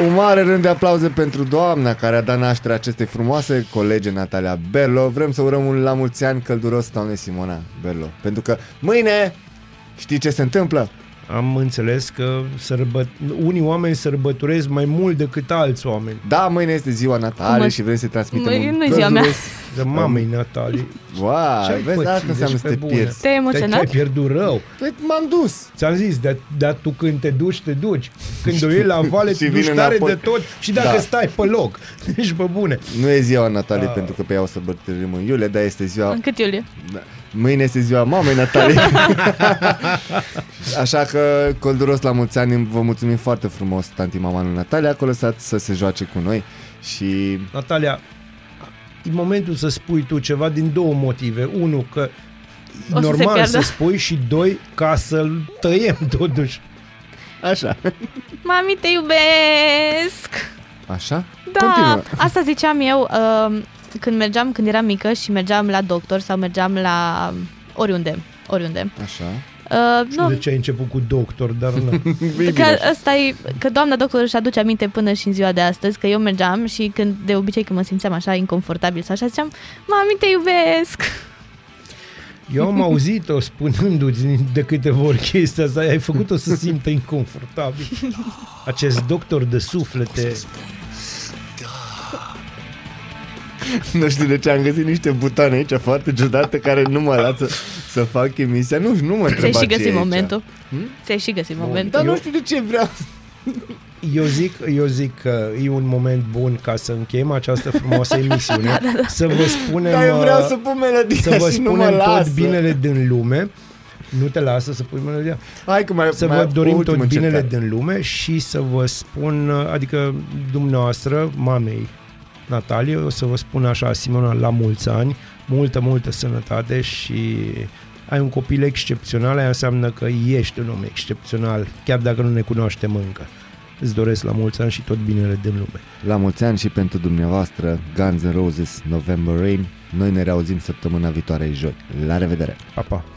Un mare rând de aplauze pentru doamna care a dat naștere acestei frumoase colege Natalia Berlo. Vrem să urăm un la mulți ani călduros doamnei Simona Berlo. Pentru că mâine știi ce se întâmplă?
Am înțeles că sărbăt... unii oameni sărbătoresc mai mult decât alți oameni.
Da, mâine este ziua Nataliei
Mă-
și vrei să-i transmitem
mă-
un
nu-i ziua mea.
călduros-
De mamei Natalie.
Wow,
Ce-ai
vezi, asta
pățit,
înseamnă
deci
să
pe
te
bune.
pierzi.
Te-ai emoționat?
Te-ai pierdut rău.
Păi m-am dus.
Ți-am zis, dar dar tu când te duci, te duci. Când o iei la vale,
(laughs) Și
te duci
vine
tare
înapoi.
de tot și dacă
Da.
stai pe loc. (laughs) Deci, pe bune.
Nu e ziua Nataliei pentru că pe ea o să bătălim în iulie, dar este ziua...
În cât iulie?
Da. Mâine este ziua mamei (laughs) Nataliei. Așa că, călduros la mulți ani, vă mulțumim foarte frumos, tanti mama lui Natalia, că o lăsați să se joace cu noi și...
Natalia, e momentul să spui tu ceva din două motive. Unu, că e
O să se
normal
piardă.
să spui și doi, ca să-l tăiem (laughs) totuși.
Așa.
Mami, te iubesc!
Așa?
Da,
Continuă.
asta ziceam eu uh, când mergeam, când eram mică și mergeam la doctor sau mergeam la oriunde, oriunde.
Așa.
Uh,
Nu. De
nu,
ce ai început cu doctor, dar nu.
că asta e, că doamna doctor își aduce aminte până și în ziua de astăzi, că eu mergeam și când de obicei când mă simțeam așa inconfortabil sau așa, ziceam, mami, te iubesc!
Eu am auzit-o spunându-ți de câteva ori chestia asta, ai făcut-o să simtă
(laughs)
inconfortabil. Acest doctor de suflete.
(laughs) Nu știu de ce am găsit niște butoane aici foarte ciudate care nu mă lasă să fac emisia. Nu, nu mă
Ți-ai
întreba
și
ce e
găsit
aici. Hmm?
momentul. Ți-ai și găsit momentul.
Dar nu știu de ce vreau.
Eu zic, eu zic că e un moment bun ca să încheiem această frumoasă
(laughs)
emisiune, da, da, da. să vă spunem
Dar eu
uh,
vreau să pun melodia
să vă
(laughs) și nu mă
spunem tot
lasă.
binele din lume. Nu te lasă să pui melodia.
Hai că mai,
Să
mai
vă dorim
ultimă
tot binele
încercare.
din lume și să vă spun, adică dumneavoastră, mamei Natalie, o să vă spun așa, Simona, la mulți ani, multă, multă sănătate și ai un copil excepțional, aia înseamnă că ești un om excepțional, chiar dacă nu ne cunoaștem încă. Îți doresc la mulți ani și tot binele din lume.
La mulți ani și pentru dumneavoastră Guns N' Roses November Rain Noi ne reauzim săptămâna viitoare joi La revedere!
Pa, pa!